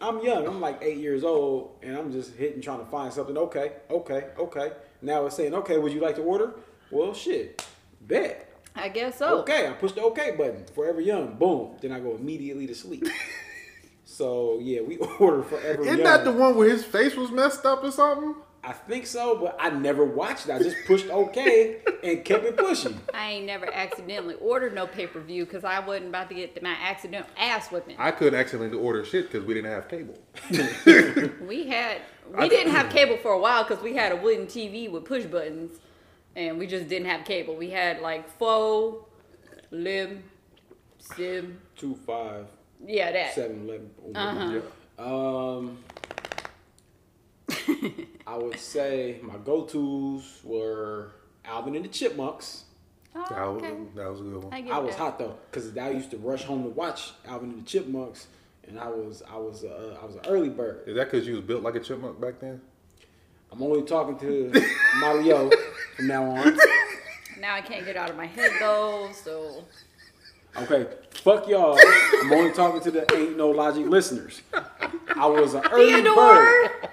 Speaker 3: I'm young. I'm like eight years old, and I'm just hitting trying to find something. Okay, okay, okay. Now it's saying, okay, would you like to order? Well, shit, bet.
Speaker 2: I guess
Speaker 1: Oh.
Speaker 2: so.
Speaker 3: Okay, I push the okay button. Forever Young. Boom. Then I go immediately to sleep. so yeah, we order Forever
Speaker 1: Isn't
Speaker 3: Young.
Speaker 1: that the one where his face was messed up or something?
Speaker 3: I think so, but I never watched it. I just pushed okay and kept it pushing.
Speaker 2: I ain't never accidentally ordered no pay per view because I wasn't about to get my accidental ass whipping.
Speaker 1: I could accidentally order shit because we didn't have cable.
Speaker 2: We had we didn't have cable for a while because we had a wooden TV with push buttons, and we just didn't have cable. We had like faux, lim, sim,
Speaker 3: Two five
Speaker 2: yeah, that.
Speaker 3: seven eleven. oh,
Speaker 2: Uh-huh.
Speaker 3: Um, I would say my go tos were Alvin and the Chipmunks.
Speaker 2: Oh,
Speaker 1: That, was,
Speaker 2: okay.
Speaker 1: that was a good one.
Speaker 2: I get
Speaker 3: I was
Speaker 2: that.
Speaker 3: hot though, cause I used to rush home to watch Alvin and the Chipmunks, and I was I was uh, I was an early bird.
Speaker 1: Is that because you was built like a chipmunk back then?
Speaker 3: I'm only talking to Mario from now on.
Speaker 2: Now I can't get out of my head though, so
Speaker 3: Okay, fuck y'all. I'm only talking to the ain't no logic listeners. I was an early bird.
Speaker 2: Theodore,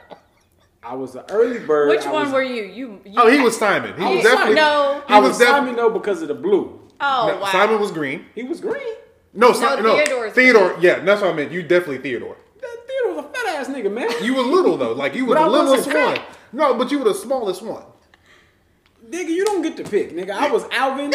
Speaker 3: I was an early bird.
Speaker 2: which
Speaker 3: I
Speaker 2: one
Speaker 3: was-
Speaker 2: were you? You, you
Speaker 1: Oh, he was Simon. He
Speaker 2: Oh,
Speaker 1: was definitely.
Speaker 2: no.
Speaker 1: he
Speaker 3: I was
Speaker 1: def-
Speaker 3: Simon though because of the blue.
Speaker 2: Oh
Speaker 1: no,
Speaker 2: wow,
Speaker 1: Simon was green.
Speaker 3: He was green.
Speaker 1: No, Simon, no,
Speaker 2: Theodore
Speaker 1: Theodore.
Speaker 2: is
Speaker 1: yeah, that's what I meant. You definitely Theodore.
Speaker 3: That Theodore was a fat ass nigga, man.
Speaker 1: You were little though, like you were
Speaker 3: But
Speaker 1: the
Speaker 3: I wasn't
Speaker 1: littlest one.
Speaker 3: fat.
Speaker 1: No, but you were the smallest one.
Speaker 3: Nigga, you don't get to pick, nigga. I was Alvin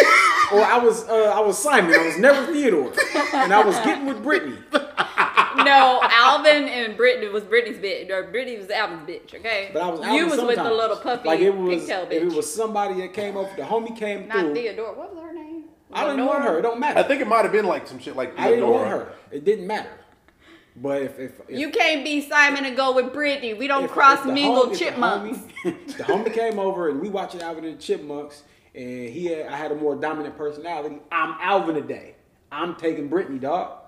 Speaker 3: or I was uh, I was Simon. I was never Theodore, and I was getting with Brittany.
Speaker 2: no, Alvin and Brittany was Brittany's bitch, or Brittany was Alvin's bitch. Okay,
Speaker 3: But I was Alvin
Speaker 2: you was with the
Speaker 3: sometimes.
Speaker 2: little puppy
Speaker 3: Like it was,
Speaker 2: pigtail
Speaker 3: if
Speaker 2: bitch,
Speaker 3: it was somebody that came over, the homie came
Speaker 2: not
Speaker 3: through.
Speaker 2: Theodore. What was her name?
Speaker 3: I didn't
Speaker 2: Lenora?
Speaker 3: want her. It don't matter.
Speaker 1: I think it might have been like some shit like
Speaker 3: I didn't
Speaker 1: Theodore.
Speaker 3: want her. It didn't matter. But if if, if
Speaker 2: You can't be Simon and go with Brittany. We don't
Speaker 3: if-
Speaker 2: cross
Speaker 3: if the
Speaker 2: mingle
Speaker 3: homie- if the
Speaker 2: chipmunks.
Speaker 3: homie- The homie came over and we watching Alvin and the Chipmunks, and he had, I had a more dominant personality. I'm Alvin today. I'm taking Brittany, dog.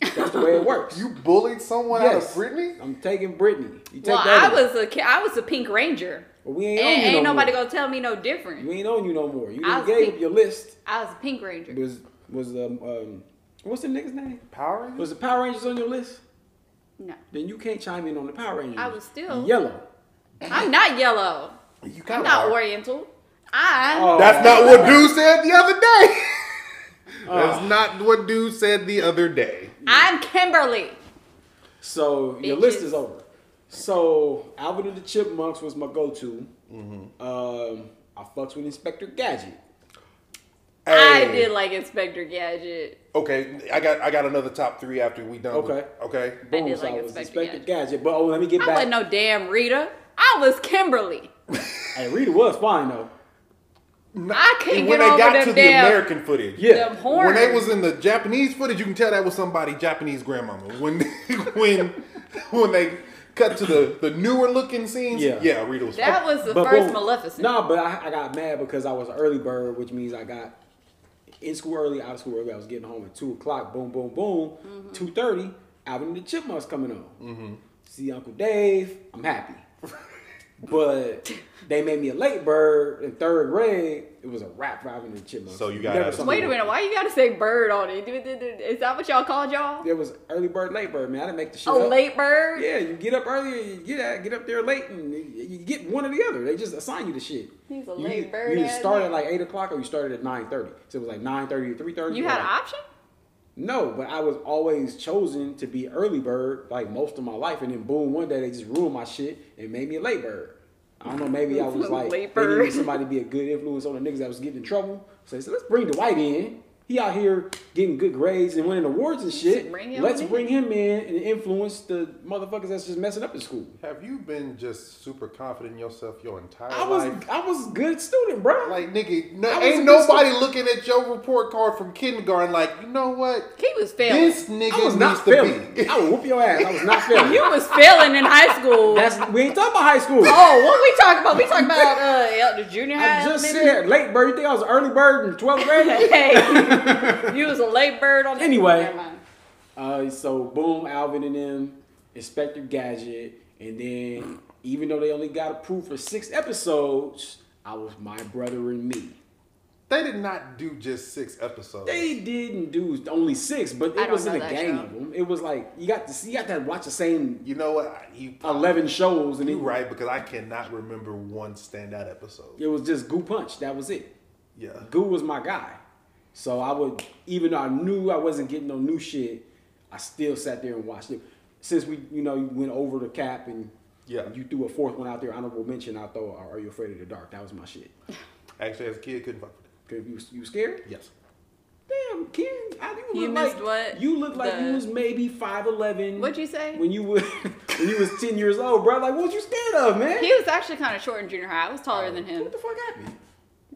Speaker 3: That's the way it works.
Speaker 1: You bullied someone out of
Speaker 3: Yes.
Speaker 1: Brittany?
Speaker 3: I'm taking Brittany. You take
Speaker 2: Well, I
Speaker 3: that.
Speaker 2: was a ki- I was a Pink Ranger.
Speaker 3: But we ain't
Speaker 2: And
Speaker 3: on you
Speaker 2: ain't
Speaker 3: no
Speaker 2: nobody
Speaker 3: more.
Speaker 2: gonna tell me no different.
Speaker 3: You ain't on you no more. You
Speaker 2: I
Speaker 3: done
Speaker 2: was
Speaker 3: gave
Speaker 2: pick-
Speaker 3: up your list.
Speaker 2: I was a Pink Ranger.
Speaker 3: Was was um, um what's the nigga's name?
Speaker 1: Power Rangers?
Speaker 3: Was the Power Rangers on your list?
Speaker 2: No,
Speaker 3: Then you can't chime in on the Power Rangers.
Speaker 2: I was still-
Speaker 3: yellow.
Speaker 2: I'm not yellow.
Speaker 1: You
Speaker 2: I'm
Speaker 1: kind
Speaker 2: not Oriental. I'm
Speaker 3: Oh.
Speaker 1: That's not what dude said the other day. Oh. That's not what dude said the other day.
Speaker 2: I'm Kimberly.
Speaker 3: So your
Speaker 2: Bitches.
Speaker 3: list is over. So Alvin and the Chipmunks was my go-to.
Speaker 1: Mm-hmm.
Speaker 3: Um, I fucks with Inspector Gadget.
Speaker 2: I
Speaker 1: Hey.
Speaker 2: did like Inspector Gadget.
Speaker 1: Okay, I got I got another top three after we done. with-
Speaker 3: Okay.
Speaker 1: okay.
Speaker 2: did
Speaker 3: Boom, so
Speaker 2: like
Speaker 3: I was
Speaker 2: Inspector
Speaker 3: Inspector Gadget. But oh, let me get
Speaker 2: I
Speaker 3: back.
Speaker 2: wasn't no damn Rita. I was Kimberly.
Speaker 3: hey, Rita was fine though.
Speaker 2: I can't
Speaker 1: when
Speaker 2: get
Speaker 1: they
Speaker 2: over
Speaker 1: got
Speaker 2: them
Speaker 1: to the
Speaker 2: damn
Speaker 1: American footage,
Speaker 3: Yeah.
Speaker 2: them
Speaker 1: When
Speaker 2: horns.
Speaker 1: they was in the Japanese footage, you can tell that was somebody Japanese grandmama. When when when they cut to the the newer looking scenes,
Speaker 3: Yeah.
Speaker 1: Rita was.
Speaker 2: that was the
Speaker 3: But
Speaker 2: first
Speaker 3: boom.
Speaker 2: Maleficent.
Speaker 3: No, but I, I got mad because I was an early bird, which means I got in school early, out of school early. I was getting home at two o'clock. Boom, boom, boom.
Speaker 2: Mm-hmm.
Speaker 3: Two thirty. Alvin and the Chipmunks coming on.
Speaker 1: Mm-hmm.
Speaker 3: See Uncle Dave. I'm happy. but they made me a late bird in third grade. It was a rap for Alvin and the Chipmunks.
Speaker 1: So you got
Speaker 3: Never
Speaker 1: out of
Speaker 3: something
Speaker 2: Wait a
Speaker 3: like-
Speaker 2: minute. Why you gotta say bird on it? Is that what y'all called y'all?
Speaker 3: There was early bird, late bird. Man, I didn't make the shit
Speaker 2: A
Speaker 3: up.
Speaker 2: Oh, late bird?
Speaker 3: Yeah, you get up earlier, you get out, get up there late, and you you get one or the other. They just assign you the shit.
Speaker 2: He's a
Speaker 3: you
Speaker 2: late
Speaker 3: either-
Speaker 2: bird
Speaker 3: You either
Speaker 2: ass
Speaker 3: started at
Speaker 2: nigga.
Speaker 3: like eight o'clock or you started at nine thirty. So it was like nine thirty to three thirty.
Speaker 2: You had an option?
Speaker 3: No, but I was always chosen to be early bird like most of my life, and then boom, one day they just ruined my shit and made me a late bird. I don't know. Maybe I was like
Speaker 2: Late
Speaker 3: they needed
Speaker 2: bird.
Speaker 3: somebody to be a good influence on the niggas that was getting in trouble. So they said, let's bring Dwight in. He out here getting good grades and winning awards and shit.
Speaker 2: bring him
Speaker 3: Let's
Speaker 2: in.
Speaker 3: bring him in and influence the motherfuckers that's just messing up in school.
Speaker 1: Have you been just super confident in yourself your entire
Speaker 3: I was
Speaker 1: life?
Speaker 3: I was a good student, bro.
Speaker 1: Like nigga, no,
Speaker 3: I was a
Speaker 1: ain't
Speaker 3: good
Speaker 1: nobody looking at your report card from kindergarten. Like you know what?
Speaker 2: He was failing.
Speaker 1: This nigga
Speaker 3: I was
Speaker 1: needs
Speaker 3: not
Speaker 1: to
Speaker 3: failing.
Speaker 1: be.
Speaker 3: I would whoop your ass. I was not failing.
Speaker 2: you was failing in high school.
Speaker 3: That's we ain't talking about high school.
Speaker 2: oh, what we talking about? We talking about uh, el- the junior high.
Speaker 3: I just
Speaker 2: maybe?
Speaker 3: said late bird. You think I was an early bird in 12th grade?
Speaker 2: Hey, you was a late bird on.
Speaker 3: Anyway.
Speaker 2: Never mind.
Speaker 3: uh, so boom, Alvin and them, Inspector Gadget, and then even though they only got approved for six episodes, I was my brother and me.
Speaker 1: They did not do just six episodes.
Speaker 3: They didn't do only six, but
Speaker 2: I
Speaker 3: it
Speaker 2: don't
Speaker 3: was in
Speaker 2: know
Speaker 3: a
Speaker 2: that
Speaker 3: gang
Speaker 2: show.
Speaker 3: of them. It was like you got to see, you got to watch the same
Speaker 1: you know what? You
Speaker 3: eleven shows, and
Speaker 1: You
Speaker 3: then
Speaker 1: right because I cannot remember one standout episode.
Speaker 3: it was just goo punch. That was it.
Speaker 1: Yeah.
Speaker 3: Goo was my guy. So I would, even though I knew I wasn't getting no new shit, I still sat there and watched it. Since we, you know, you went over the cap and
Speaker 1: Yeah.
Speaker 3: you threw a fourth one out there, honorable mention, I thought, Are You Afraid of the Dark? That was my shit.
Speaker 1: Actually, as a kid, couldn't fuck with it.
Speaker 3: Cause you, you scared?
Speaker 1: Yes.
Speaker 3: Damn, Ken, I, you,
Speaker 2: You
Speaker 3: look
Speaker 2: missed
Speaker 3: like,
Speaker 2: what?
Speaker 3: You look like
Speaker 2: The-
Speaker 3: you was maybe 5'11.
Speaker 2: What'd you say?
Speaker 3: When you was, when you was 10 years old, bro. Like, what was you scared of, man?
Speaker 2: He was actually kind of short in junior high. I was taller than him.
Speaker 3: What the fuck happened?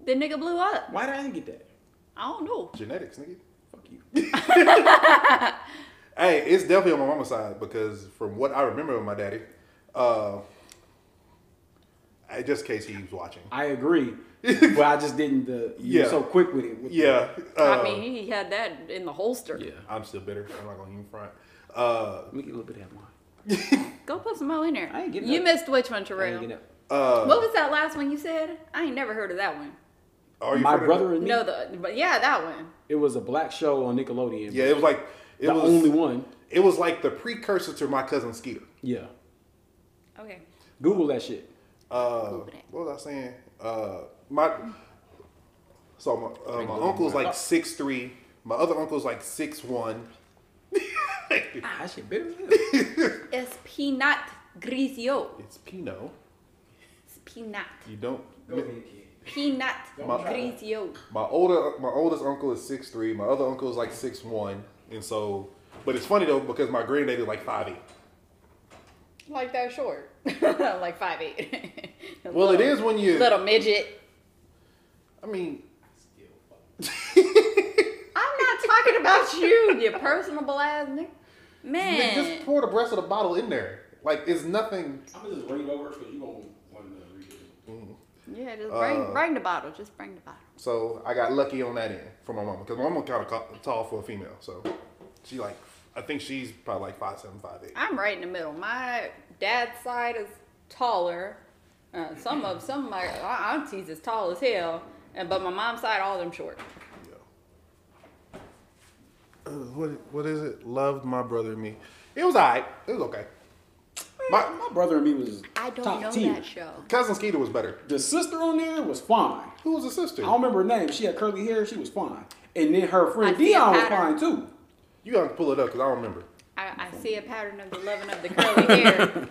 Speaker 2: The nigga blew up.
Speaker 3: Why did I get that?
Speaker 2: I don't know.
Speaker 1: Genetics, nigga.
Speaker 3: Fuck you.
Speaker 1: Hey, it's definitely on my mama's side because from what I remember of my daddy, uh, I, just in case he was watching.
Speaker 3: I agree. but I just didn't, uh, you were
Speaker 1: Yeah.
Speaker 3: so quick with it. with the-
Speaker 1: Yeah. Uh,
Speaker 2: I mean, he had that in the holster.
Speaker 3: yeah.
Speaker 1: I'm still bitter. I'm not gonna even front. Uh,
Speaker 3: Let me get a little bit of that wine.
Speaker 2: Go put some more in there.
Speaker 3: I ain't getting
Speaker 2: you
Speaker 3: up.
Speaker 2: missed which one,
Speaker 3: I ain't
Speaker 2: Terrell?
Speaker 3: get up.
Speaker 1: uh,
Speaker 2: What was that last one you said? I ain't never heard of that one.
Speaker 1: are
Speaker 3: My
Speaker 1: front-
Speaker 3: brother and me.
Speaker 2: No, the but yeah, that one.
Speaker 3: It was a black show on Nickelodeon.
Speaker 1: Yeah, it was like it
Speaker 3: the
Speaker 1: was
Speaker 3: only one.
Speaker 1: It was like the precursor to my cousin Skeeter.
Speaker 3: Yeah.
Speaker 2: Okay.
Speaker 3: Google that shit.
Speaker 1: Uh, what was I saying? Uh, my so my, uh, my uncle's like six three. My other uncle's like six one.
Speaker 3: Ah, that shit bitter. as hell.
Speaker 2: Es Pinat Grisio.
Speaker 1: It's Pinot.
Speaker 2: It's Pinat.
Speaker 1: You don't.
Speaker 2: Peanut
Speaker 1: try that.
Speaker 2: Grisio.
Speaker 1: My older, my oldest uncle is six three. My other uncle is like six one, and so. But it's funny though because my granddaddy is like five eight.
Speaker 2: Like that short. like five eight.
Speaker 1: Well, it is when you.
Speaker 2: Little midget.
Speaker 1: I mean,
Speaker 2: I'm not talking about you, you personable ass nigga.
Speaker 1: nigga,
Speaker 2: Man.
Speaker 1: just pour the rest of the bottle in there. Like it's nothing.
Speaker 3: I'm gonna just read over because you gonna want to read it.
Speaker 2: Yeah, just bring,
Speaker 1: Uh,
Speaker 2: bring the bottle. Just bring the bottle.
Speaker 1: So I got lucky on that end for my mama because my mama kind of tall for a female. So she like, I think she's probably like five seven, five eight.
Speaker 2: I'm right in the middle. My dad's side is taller. Uh, some of some of my aunties is tall as hell, and but my mom's side, all them short.
Speaker 1: Uh, what what is it? Loved my brother and me. It was alright. It was okay. My
Speaker 3: My brother and me was
Speaker 2: I don't
Speaker 3: top
Speaker 2: know
Speaker 3: tier.
Speaker 2: that show.
Speaker 1: cousin Skeeter was better.
Speaker 3: The sister on there was fine.
Speaker 1: Who was the sister?
Speaker 3: I don't remember her name. She had curly hair. She was fine. And then her friend
Speaker 2: I see a
Speaker 3: Dion was
Speaker 2: pattern.
Speaker 3: fine too.
Speaker 1: You gotta pull it up because I don't remember.
Speaker 2: I, I see a pattern of the loving of the curly hair,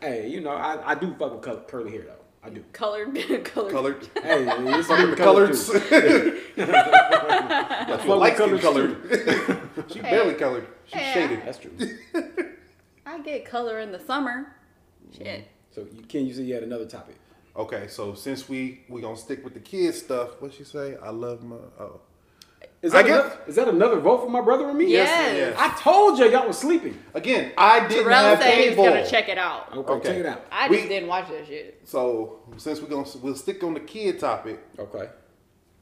Speaker 3: Hey, you know I, I do fuck with color, curly hair though. I do.
Speaker 2: colored, colored.
Speaker 1: Colored.
Speaker 3: Hey, it's some
Speaker 1: Colored.
Speaker 3: colored. too.
Speaker 1: Light skin
Speaker 3: Colored.
Speaker 1: colored. she barely colored. She
Speaker 2: Yeah.
Speaker 1: shaded.
Speaker 3: That's true.
Speaker 2: I get color in the summer. Shit.
Speaker 3: So you, Ken, you said you had another topic.
Speaker 1: Okay, so since we we gonna stick with the kids stuff, what she say? I love my oh.
Speaker 3: Is
Speaker 1: I
Speaker 3: that,
Speaker 1: guess-
Speaker 3: another, is that another vote for my brother and me?
Speaker 2: Yes. Yes.
Speaker 3: I told you y'all was sleeping.
Speaker 1: Again, I didn't
Speaker 2: Terrell
Speaker 1: have
Speaker 2: said he was
Speaker 1: cable.
Speaker 2: gonna check it out.
Speaker 3: Okay,
Speaker 1: Okay.
Speaker 3: check it out.
Speaker 2: I
Speaker 1: We-
Speaker 2: just didn't watch that shit.
Speaker 1: So since we're gonna we'll stick on the kid topic,
Speaker 3: Okay.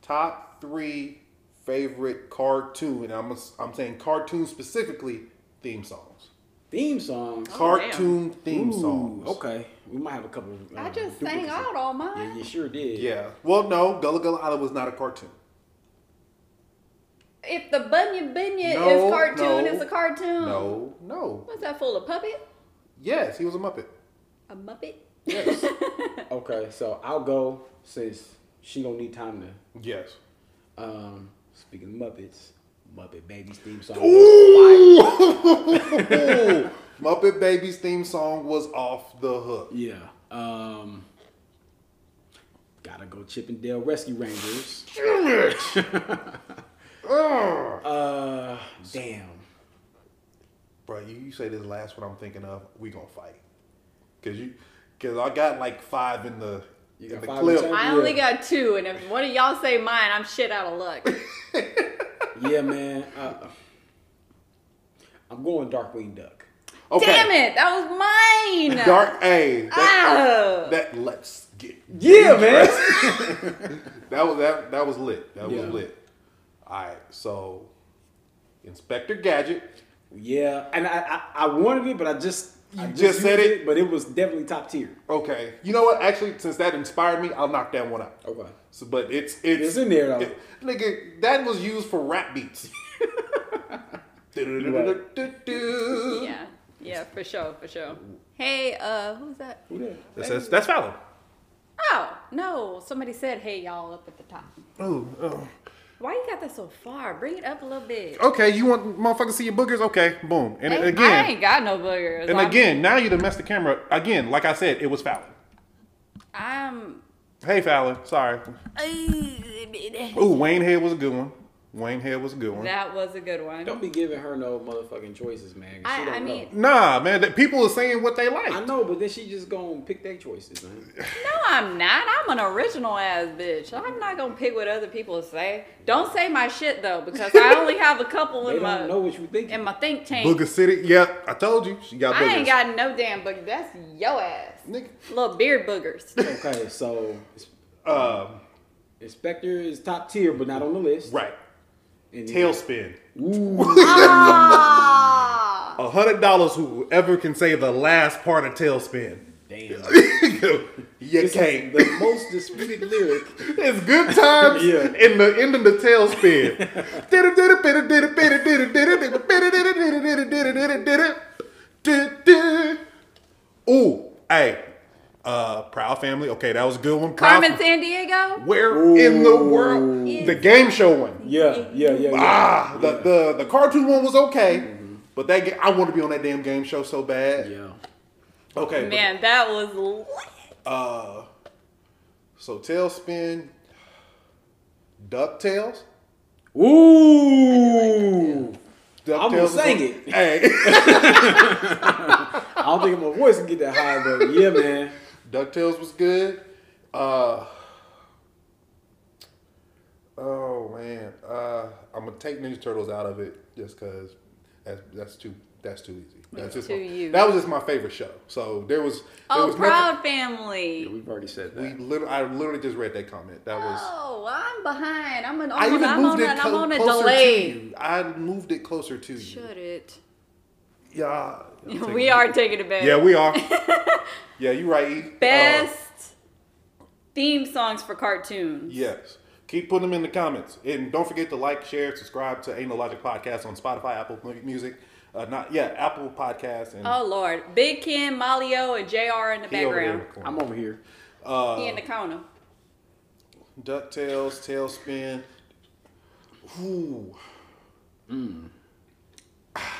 Speaker 1: top three favorite cartoon, and I'm I'm saying cartoon specifically theme songs,
Speaker 3: Theme songs.
Speaker 2: Oh,
Speaker 1: cartoon theme songs.
Speaker 3: Ooh, Okay. We might have a couple. Of, uh,
Speaker 2: I just sang
Speaker 3: duplicates.
Speaker 2: out all mine.
Speaker 3: Yeah, you sure did.
Speaker 1: Yeah. Well, no, Gullah Gullah Island was not a cartoon.
Speaker 2: If the Bunya Bunya
Speaker 1: No,
Speaker 2: is
Speaker 1: no,
Speaker 2: cartoon, it's a cartoon.
Speaker 1: No, no.
Speaker 2: What's that full of puppet?
Speaker 1: Yes, he was a Muppet.
Speaker 2: A Muppet?
Speaker 1: Yes.
Speaker 3: Okay, so I'll go since she gonna need time to.
Speaker 1: yes.
Speaker 3: Um, speaking of Muppets, Muppet Babies theme song.
Speaker 1: Ooh! Muppet Babies theme song was off the hook.
Speaker 3: Yeah. Um, gotta go Chippendale Rescue Rangers.
Speaker 1: Ugh.
Speaker 3: Uh, damn.
Speaker 1: Bro, you, you say this last one I'm thinking of, we gonna fight. Cause you, cause I got like five in the
Speaker 3: You
Speaker 1: in
Speaker 3: got
Speaker 1: the
Speaker 3: five
Speaker 1: clip.
Speaker 3: in
Speaker 1: I,
Speaker 3: time?
Speaker 2: I
Speaker 3: Yeah.
Speaker 2: only got two, and if one of y'all say mine, I'm shit out of luck.
Speaker 3: Yeah, man. Uh, I'm going Darkwing Duck.
Speaker 1: okay.
Speaker 2: Damn it, that was mine.
Speaker 1: Dark A. That,
Speaker 2: Ah.
Speaker 1: that let's get.
Speaker 3: Yeah, man.
Speaker 1: That was that. That was lit. That
Speaker 3: Yeah.
Speaker 1: was lit. All right. So, Inspector Gadget.
Speaker 3: yeah, and I, I I wanted it, but I just I
Speaker 1: You just said
Speaker 3: used
Speaker 1: it?
Speaker 3: but it was definitely top tier.
Speaker 1: Okay. You know what? Actually, since that inspired me, I'll knock that one out.
Speaker 3: Okay.
Speaker 1: So, but it's it's,
Speaker 3: It's in there, though.
Speaker 1: it- nigga, that was used for rap beats. Du-du-du-du-du-du.
Speaker 2: Yeah, yeah, for sure, for sure. Hey, uh, who's that?
Speaker 3: Who that?
Speaker 1: That's that's, that's valid.
Speaker 2: Oh no, somebody said, "Hey, y'all up at the top."
Speaker 1: Oh, oh.
Speaker 2: Why you got that so far? Bring it up a little bit.
Speaker 1: Okay, you want motherfuckers to see your boogers? Okay, boom. And
Speaker 2: Hey,
Speaker 1: again,
Speaker 2: I ain't got no boogers.
Speaker 1: and
Speaker 2: I'm-
Speaker 1: again, now you done messed the camera. Again, like I said, it was Fallon.
Speaker 2: I'm.
Speaker 1: Hey, Fallon. Sorry. Ooh, Wayne Head was a good one. Wayne Head was a good one.
Speaker 2: That was a good one.
Speaker 3: Don't be giving her no motherfucking choices, man. 'cause she
Speaker 2: I-
Speaker 3: don't
Speaker 2: I
Speaker 3: know.
Speaker 2: mean-
Speaker 1: Nah, man, that people are saying what they
Speaker 3: I
Speaker 1: like.
Speaker 3: know, but then she just gonna pick their choices, man.
Speaker 2: No, I'm not. I'm an original ass bitch. I'm not gonna pick what other people say. Don't say my shit though, because I only have a couple
Speaker 3: They
Speaker 2: in
Speaker 3: don't know
Speaker 2: my
Speaker 3: what you think.
Speaker 2: in my think tank.
Speaker 1: Booger City. Yep, I told you she got boogers.
Speaker 2: I ain't got no damn booger. That's yo ass.
Speaker 1: Nigga.
Speaker 2: Little beard boogers.
Speaker 3: Okay, so Ins-
Speaker 1: Um,
Speaker 3: Inspector is top tier, but not on the list.
Speaker 1: right.
Speaker 3: And
Speaker 1: Tailspin.
Speaker 3: Ooh,
Speaker 2: ah!
Speaker 1: A hundred dollars. Whoever can say the last part of Tailspin.
Speaker 3: damn.
Speaker 1: you
Speaker 3: This
Speaker 1: can't.
Speaker 3: is the most disputed lyric.
Speaker 1: It's good times
Speaker 3: Yeah.
Speaker 1: in the end of the tailspin. Ooh, hey, uh, Proud Family. Okay, that was a good one. Proud
Speaker 2: Carmen San Diego.
Speaker 1: Where in the world? The game show one.
Speaker 3: Yeah, yeah, yeah. yeah.
Speaker 1: Ah, the, the, the cartoon one was okay, but that ga- I want to be on that damn game show so bad.
Speaker 3: yeah.
Speaker 1: Okay, but-
Speaker 2: Man, that was lit.
Speaker 1: Uh, so tailspin, Ducktales.
Speaker 3: Ooh.
Speaker 1: Ducktales
Speaker 3: I'm gonna
Speaker 1: is
Speaker 3: sing
Speaker 1: on-
Speaker 3: it.
Speaker 1: Hey,
Speaker 3: I don't think my voice can get that high, but yeah, man.
Speaker 1: Ducktales was good. Uh, oh man, uh, I'm gonna take Ninja Turtles out of it just because that's that's too that's too easy. That's just
Speaker 2: Too
Speaker 1: my-
Speaker 2: you.
Speaker 1: that was just my favorite show. So there was there
Speaker 2: Oh,
Speaker 1: was
Speaker 2: Proud
Speaker 1: nothing-
Speaker 2: Family.
Speaker 3: We've already said
Speaker 1: we literally, I literally just read that comment. That was.
Speaker 2: Oh, I'm behind. I'm an.
Speaker 1: I
Speaker 2: I'm,
Speaker 1: even
Speaker 2: on, I'm,
Speaker 1: moved
Speaker 2: on,
Speaker 1: it
Speaker 2: a- I'm
Speaker 1: co-
Speaker 2: on a
Speaker 1: closer
Speaker 2: delay.
Speaker 1: to you. I moved it closer to you.
Speaker 2: Should it?
Speaker 1: Yeah.
Speaker 2: we are taking it back.
Speaker 1: Yeah, we are. yeah, you right. E. Uh,
Speaker 2: Best theme songs for cartoons.
Speaker 1: yes. Keep putting them in the comments, and don't forget to like, share, subscribe to Ain't No Logic Podcast on Spotify, Apple Mu- Music, uh, not yeah, Apple Podcasts, and
Speaker 2: Oh Lord, Big Ken, Malio, and Jr. in the
Speaker 1: he over there Uh, in
Speaker 2: background.
Speaker 1: the corner.
Speaker 3: I'm over here.
Speaker 2: he in the corner.
Speaker 1: Ducktales, Tailspin. Ooh.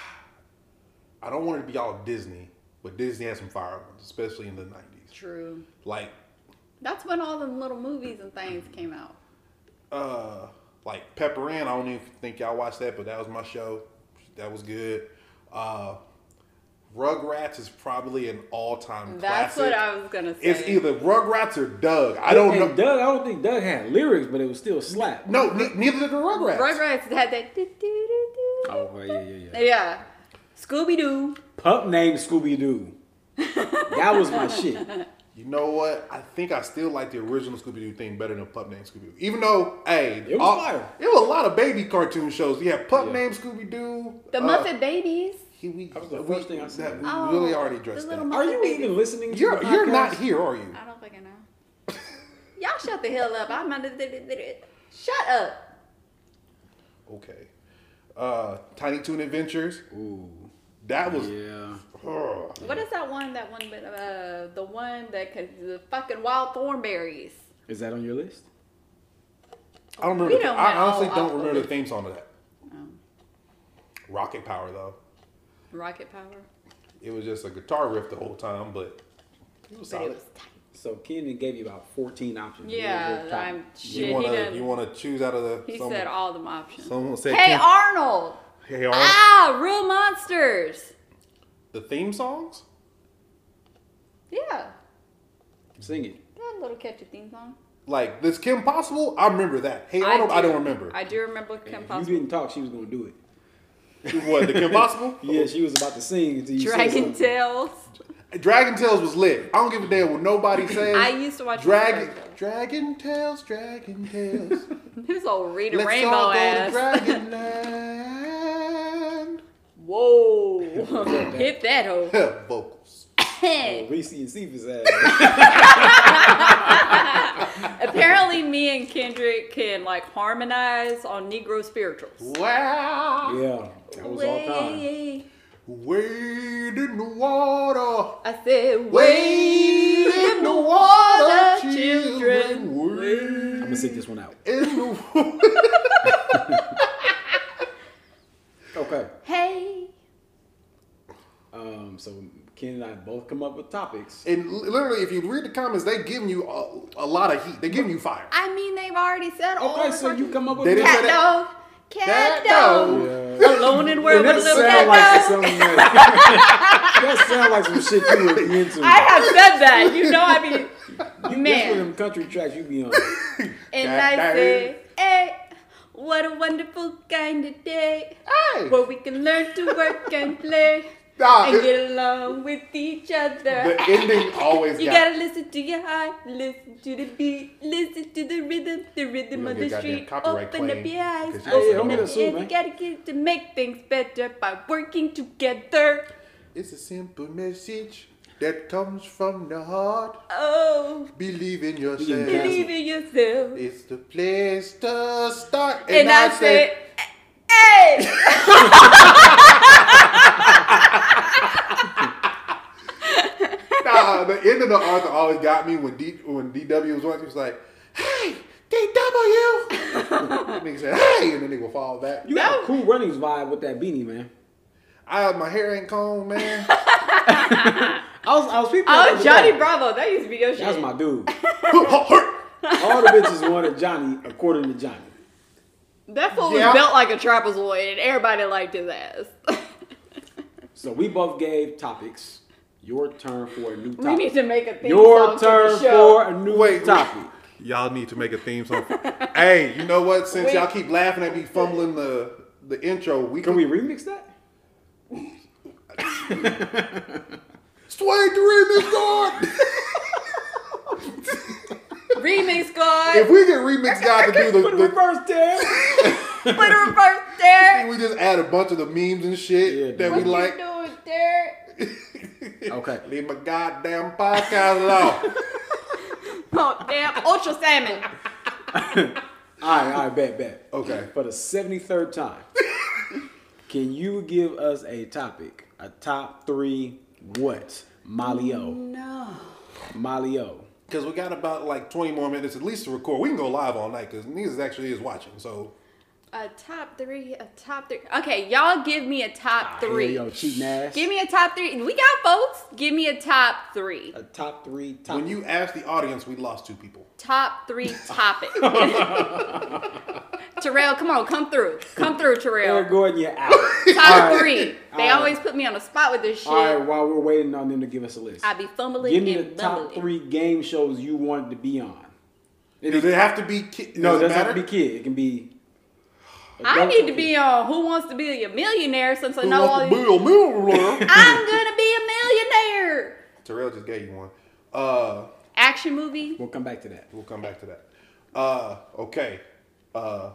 Speaker 1: I don't want it to be all Disney, but Disney had some fire ones, especially in the '90s.
Speaker 2: True.
Speaker 1: Like,
Speaker 2: That's when all the little movies and things came out.
Speaker 1: uh, like Pepper Ann. I don't even think y'all watched that, but that was my show. That was good. Uh, Rugrats is probably an all-time
Speaker 2: That's
Speaker 1: classic.
Speaker 2: what I was gonna say.
Speaker 1: It's either Rugrats or Doug. I don't
Speaker 3: and
Speaker 1: know.
Speaker 3: Doug, I don't think Doug had lyrics, but it was still slap.
Speaker 1: no, ne- neither did the Rugrats.
Speaker 2: Rugrats had that. do, do, do, do.
Speaker 3: Oh, well, yeah, yeah, yeah.
Speaker 2: Yeah. Scooby Doo.
Speaker 3: Pup named Scooby Doo. That was my shit.
Speaker 1: You know what? I think I still like the original Scooby Doo thing better than Pup Named Scooby Doo. Even though, hey,
Speaker 3: It was fire.
Speaker 1: There were a lot of baby cartoon shows. Yeah, Pup
Speaker 3: Yeah.
Speaker 1: Named Scooby Doo.
Speaker 2: The Muppet Babies.
Speaker 1: He, we,
Speaker 3: That was the
Speaker 1: we-
Speaker 3: first thing I said.
Speaker 1: that- we
Speaker 2: Oh,
Speaker 1: really already
Speaker 2: the
Speaker 1: addressed
Speaker 2: little
Speaker 1: that.
Speaker 3: Are you even listening to
Speaker 1: You're
Speaker 3: the
Speaker 1: you're
Speaker 3: podcast?
Speaker 1: not here, are you?
Speaker 2: I don't fucking know. Y'all shut the hell up. I'm not. Shut up.
Speaker 1: Okay. Uh, Tiny Toon Adventures.
Speaker 3: Ooh.
Speaker 1: That was.
Speaker 3: Yeah.
Speaker 1: Ugh.
Speaker 2: What is that one? That one, but uh, the one that could the fucking wild thornberries.
Speaker 3: Is that on your list?
Speaker 1: I don't remember.
Speaker 2: We
Speaker 1: the-
Speaker 2: don't
Speaker 1: I
Speaker 2: know.
Speaker 1: honestly don't
Speaker 2: Oh,
Speaker 1: remember the
Speaker 2: okay.
Speaker 1: theme song of that.
Speaker 2: Um,
Speaker 1: Rocket Power though.
Speaker 2: rocket power.
Speaker 1: It was just a guitar riff the whole time, but it was
Speaker 2: But it
Speaker 1: solid.
Speaker 2: was tight.
Speaker 3: So Kenan gave you about fourteen options. You
Speaker 2: Yeah,
Speaker 3: really top-
Speaker 2: I'm
Speaker 1: You
Speaker 2: shit. he
Speaker 1: wanna
Speaker 2: done,
Speaker 1: you wanna choose out of the
Speaker 2: he
Speaker 1: someone-
Speaker 2: said all them options.
Speaker 1: someone said
Speaker 2: Hey
Speaker 1: Ken-
Speaker 2: Arnold!
Speaker 1: Hey Arnold.
Speaker 2: Ah, real monsters.
Speaker 1: The theme songs?
Speaker 2: Yeah,
Speaker 3: Sing it.
Speaker 2: that little catchy theme song.
Speaker 1: Like this Kim Possible? I remember that. Hey Arnold, I, don't remember.
Speaker 2: I do remember Kim
Speaker 3: If
Speaker 2: Possible.
Speaker 3: you didn't talk, she was gonna do it.
Speaker 1: what, the Kim Possible?
Speaker 3: Yeah, she was about to sing until you said
Speaker 2: Dragon
Speaker 3: something.
Speaker 2: Tales.
Speaker 1: Dragon Tales was lit. I don't give a damn what nobody says.
Speaker 2: I used to watch
Speaker 1: Dragon
Speaker 2: Dragon Tales.
Speaker 1: Dragon Tales, Dragon Tales.
Speaker 2: This old Rita
Speaker 1: Let's
Speaker 2: Rainbow
Speaker 1: all go
Speaker 2: ass.
Speaker 1: to Dragonland.
Speaker 2: Whoa! Hit that hoe.
Speaker 1: Vocals.
Speaker 3: Reese and Cephas ass.
Speaker 2: Apparently, me and Kendrick can like harmonize on Negro spirituals.
Speaker 1: Wow.
Speaker 3: yeah, that was all time.
Speaker 2: Way-
Speaker 1: Wade in the water.
Speaker 2: I said,
Speaker 1: Wade in the water, children.
Speaker 3: I'm
Speaker 1: Wade
Speaker 3: gonna sit this one out.
Speaker 1: in the water.
Speaker 3: Okay.
Speaker 2: Hey.
Speaker 3: Um, so Ken and I both come up with topics.
Speaker 1: And li- literally, if you read the comments, they giving you a, a lot of heat. They giving you fire.
Speaker 2: I mean, they've already said all
Speaker 3: Okay,
Speaker 2: the
Speaker 3: so you
Speaker 2: fucking-
Speaker 3: come up
Speaker 1: They
Speaker 3: with
Speaker 1: didn't
Speaker 2: cat
Speaker 1: say
Speaker 3: topics.
Speaker 2: dog,
Speaker 1: Cat
Speaker 2: cat
Speaker 1: dog.
Speaker 2: dog, alone in world
Speaker 3: And
Speaker 2: with
Speaker 3: that
Speaker 2: a little
Speaker 3: sound
Speaker 2: cat
Speaker 3: like
Speaker 2: dog.
Speaker 3: some that sound like some shit you would be into.
Speaker 2: I have said that. You know, I be
Speaker 3: you, That's one of
Speaker 2: man.
Speaker 3: them country tracks you be on.
Speaker 2: And
Speaker 1: Cat
Speaker 2: I
Speaker 1: dog.
Speaker 2: say, hey, what a wonderful kind of day.
Speaker 1: Hey.
Speaker 2: Where we can learn to work and play
Speaker 1: Nah,
Speaker 2: and
Speaker 1: it-
Speaker 2: get along with each other.
Speaker 1: the ending always
Speaker 2: You
Speaker 1: got.
Speaker 2: gotta listen to your heart, listen to the beat, listen to the rhythm, the rhythm
Speaker 1: You're
Speaker 2: of
Speaker 1: gonna
Speaker 2: the
Speaker 1: get goddamn
Speaker 2: street.
Speaker 1: copyright
Speaker 2: Open up
Speaker 1: claim
Speaker 2: your eyes,
Speaker 1: because
Speaker 3: you said
Speaker 2: open
Speaker 3: that.
Speaker 2: up your
Speaker 3: Hey,
Speaker 2: ears.
Speaker 3: hold
Speaker 2: You
Speaker 3: it,
Speaker 2: gotta get to make things better by working together.
Speaker 1: It's a simple message that comes from the heart.
Speaker 2: Oh,
Speaker 1: Believe in
Speaker 3: Believe in
Speaker 1: yourself.
Speaker 2: believe in yourself.
Speaker 1: It's the place to start.
Speaker 2: And, I, said, hey!
Speaker 1: nah, the end of the Arthur always got me when D when DW was on. He was like, "Hey, DW." nigga said, "Hey," and then they will fall back.
Speaker 3: You got a cool runnings vibe with that beanie, man.
Speaker 1: I my hair ain't combed, man.
Speaker 3: I was I was people.
Speaker 2: Oh, Johnny Bravo. That used to be your shit.
Speaker 3: That's my dude.
Speaker 1: yeah,
Speaker 3: All the bitches wanted Johnny according to Johnny.
Speaker 2: That fool
Speaker 1: Yeah.
Speaker 2: was built like a trapezoid, and everybody liked his ass.
Speaker 3: So we both gave topics. Your turn for a new topic.
Speaker 2: we need to make a theme
Speaker 3: Your
Speaker 2: song for
Speaker 3: turn
Speaker 2: the show.
Speaker 3: for a new
Speaker 1: Wait,
Speaker 3: topic.
Speaker 1: y'all need to make a theme song. hey, you know what? Since
Speaker 2: Wait.
Speaker 1: y'all keep laughing at me fumbling the the intro, we
Speaker 3: Can we remix that?
Speaker 1: sway through this God.
Speaker 2: Remix God.
Speaker 1: if we get remix God to do the,
Speaker 3: Put a
Speaker 1: the
Speaker 3: reverse tear.
Speaker 2: Put a reverse there.
Speaker 1: we just add a bunch of the memes and shit
Speaker 3: Yeah,
Speaker 1: that we
Speaker 2: What
Speaker 1: like.
Speaker 2: you doing there?
Speaker 3: Okay.
Speaker 1: Leave my goddamn podcast alone.
Speaker 2: Oh damn, ultra salmon.
Speaker 3: All right, all right, bet, bet.
Speaker 1: Okay.
Speaker 3: For the 73rd time, can you give us a topic? A top three what? Malio.
Speaker 2: No.
Speaker 3: Malio.
Speaker 1: Because we got about like 20 more minutes at least to record. We can go live all night because Nisa actually is watching. So
Speaker 2: A top three, a top three. Okay, y'all give me a
Speaker 3: Ah,
Speaker 2: top three.
Speaker 3: Yo, cheating ass.
Speaker 2: Give me a top three. We got votes. Give me a top three.
Speaker 3: a top three top.
Speaker 1: when you asked the audience, we lost two people.
Speaker 2: Top three topic. Terrell, come on, come through. Come through,
Speaker 3: Eric
Speaker 2: Terrell.
Speaker 3: Gordon, you're out.
Speaker 2: Top
Speaker 3: All right.
Speaker 2: three. They
Speaker 3: All right.
Speaker 2: always put me on the spot with this shit.
Speaker 3: All right, while we're waiting on them to give us a list,
Speaker 2: I be fumbling
Speaker 3: give me
Speaker 2: and
Speaker 3: the top
Speaker 2: bumbling.
Speaker 3: three game shows you wanted to be on.
Speaker 1: Does it have to be kids?
Speaker 3: No, it doesn't
Speaker 1: matter?
Speaker 3: have to be kid. It can be.
Speaker 2: I
Speaker 3: adult
Speaker 2: need to
Speaker 3: or
Speaker 2: be on Who Wants to Be a Millionaire since I
Speaker 1: Who
Speaker 2: know all
Speaker 1: wants
Speaker 2: these.
Speaker 1: to be a millionaire?
Speaker 2: I'm gonna be a millionaire.
Speaker 1: Terrell just gave you one. Uh,
Speaker 2: Action movie.
Speaker 3: We'll come back to that.
Speaker 1: we'll come back to that. Uh, okay. Uh,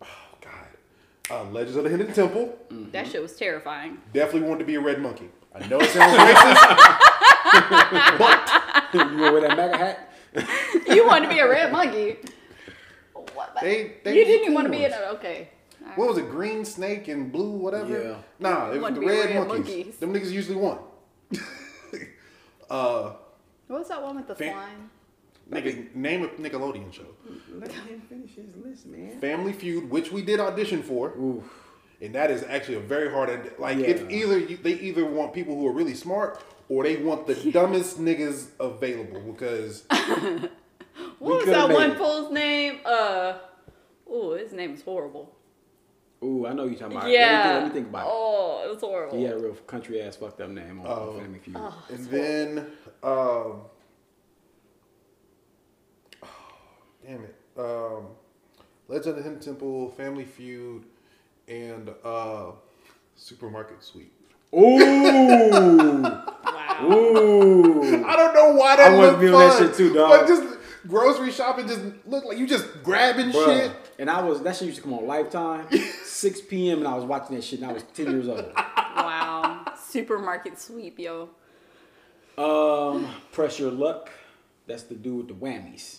Speaker 1: oh, God. Uh, Legends of the Hidden Temple.
Speaker 3: Mm-hmm.
Speaker 2: That shit was terrifying.
Speaker 1: Definitely wanted to be a red monkey. I know it sounds racist.
Speaker 3: you gonna wear that MAGA hat?
Speaker 2: You want to be a red monkey? What?
Speaker 1: They- they
Speaker 2: you
Speaker 1: was the
Speaker 2: didn't even
Speaker 1: cool
Speaker 2: want to be in
Speaker 1: ones.
Speaker 2: a okay. All
Speaker 1: What was it? Green snake and blue whatever.
Speaker 3: Yeah.
Speaker 1: Nah, it was
Speaker 2: Wanted
Speaker 1: the
Speaker 2: to be
Speaker 1: red,
Speaker 2: red
Speaker 1: monkeys.
Speaker 2: monkeys.
Speaker 1: Them niggas usually won. uh,
Speaker 2: What was that one with the
Speaker 1: Fan-
Speaker 2: slime?
Speaker 1: nigga, name a Nickelodeon show.
Speaker 3: Let him finish his list, man.
Speaker 1: Family Feud, which we did audition for.
Speaker 3: Oof.
Speaker 1: and that is actually a very hard. end- Like
Speaker 3: Yeah.
Speaker 1: it's either you, they either want people who are really smart or they want the dumbest niggas available because
Speaker 3: We
Speaker 2: What was
Speaker 3: coulda
Speaker 2: that
Speaker 3: made
Speaker 2: one
Speaker 3: it.
Speaker 2: fool's name? Uh, oh, his name is horrible.
Speaker 3: Ooh, I know you're talking about.
Speaker 2: yeah.
Speaker 3: Let me think, let me think about it.
Speaker 2: Oh, it was horrible.
Speaker 3: He had a real country ass fucked up name on on Family Feud.
Speaker 2: Oh.
Speaker 1: and then um, damn it, um, Legend of the Hidden Temple, Family Feud, and uh, Supermarket Suite.
Speaker 3: Ooh,
Speaker 2: Wow.
Speaker 3: ooh.
Speaker 1: I don't know why that
Speaker 3: I
Speaker 1: was
Speaker 3: wasn't
Speaker 1: fun.
Speaker 3: feeling that shit too, dog.
Speaker 1: But just grocery shopping just looked like you just grabbing
Speaker 3: Bruh.
Speaker 1: shit.
Speaker 3: And I was that shit used to come on Lifetime, 6 p.m. and I was watching that shit and I was 10 years old.
Speaker 2: wow. Supermarket sweep, yo.
Speaker 3: Um, pressure luck. That's the dude with the whammies.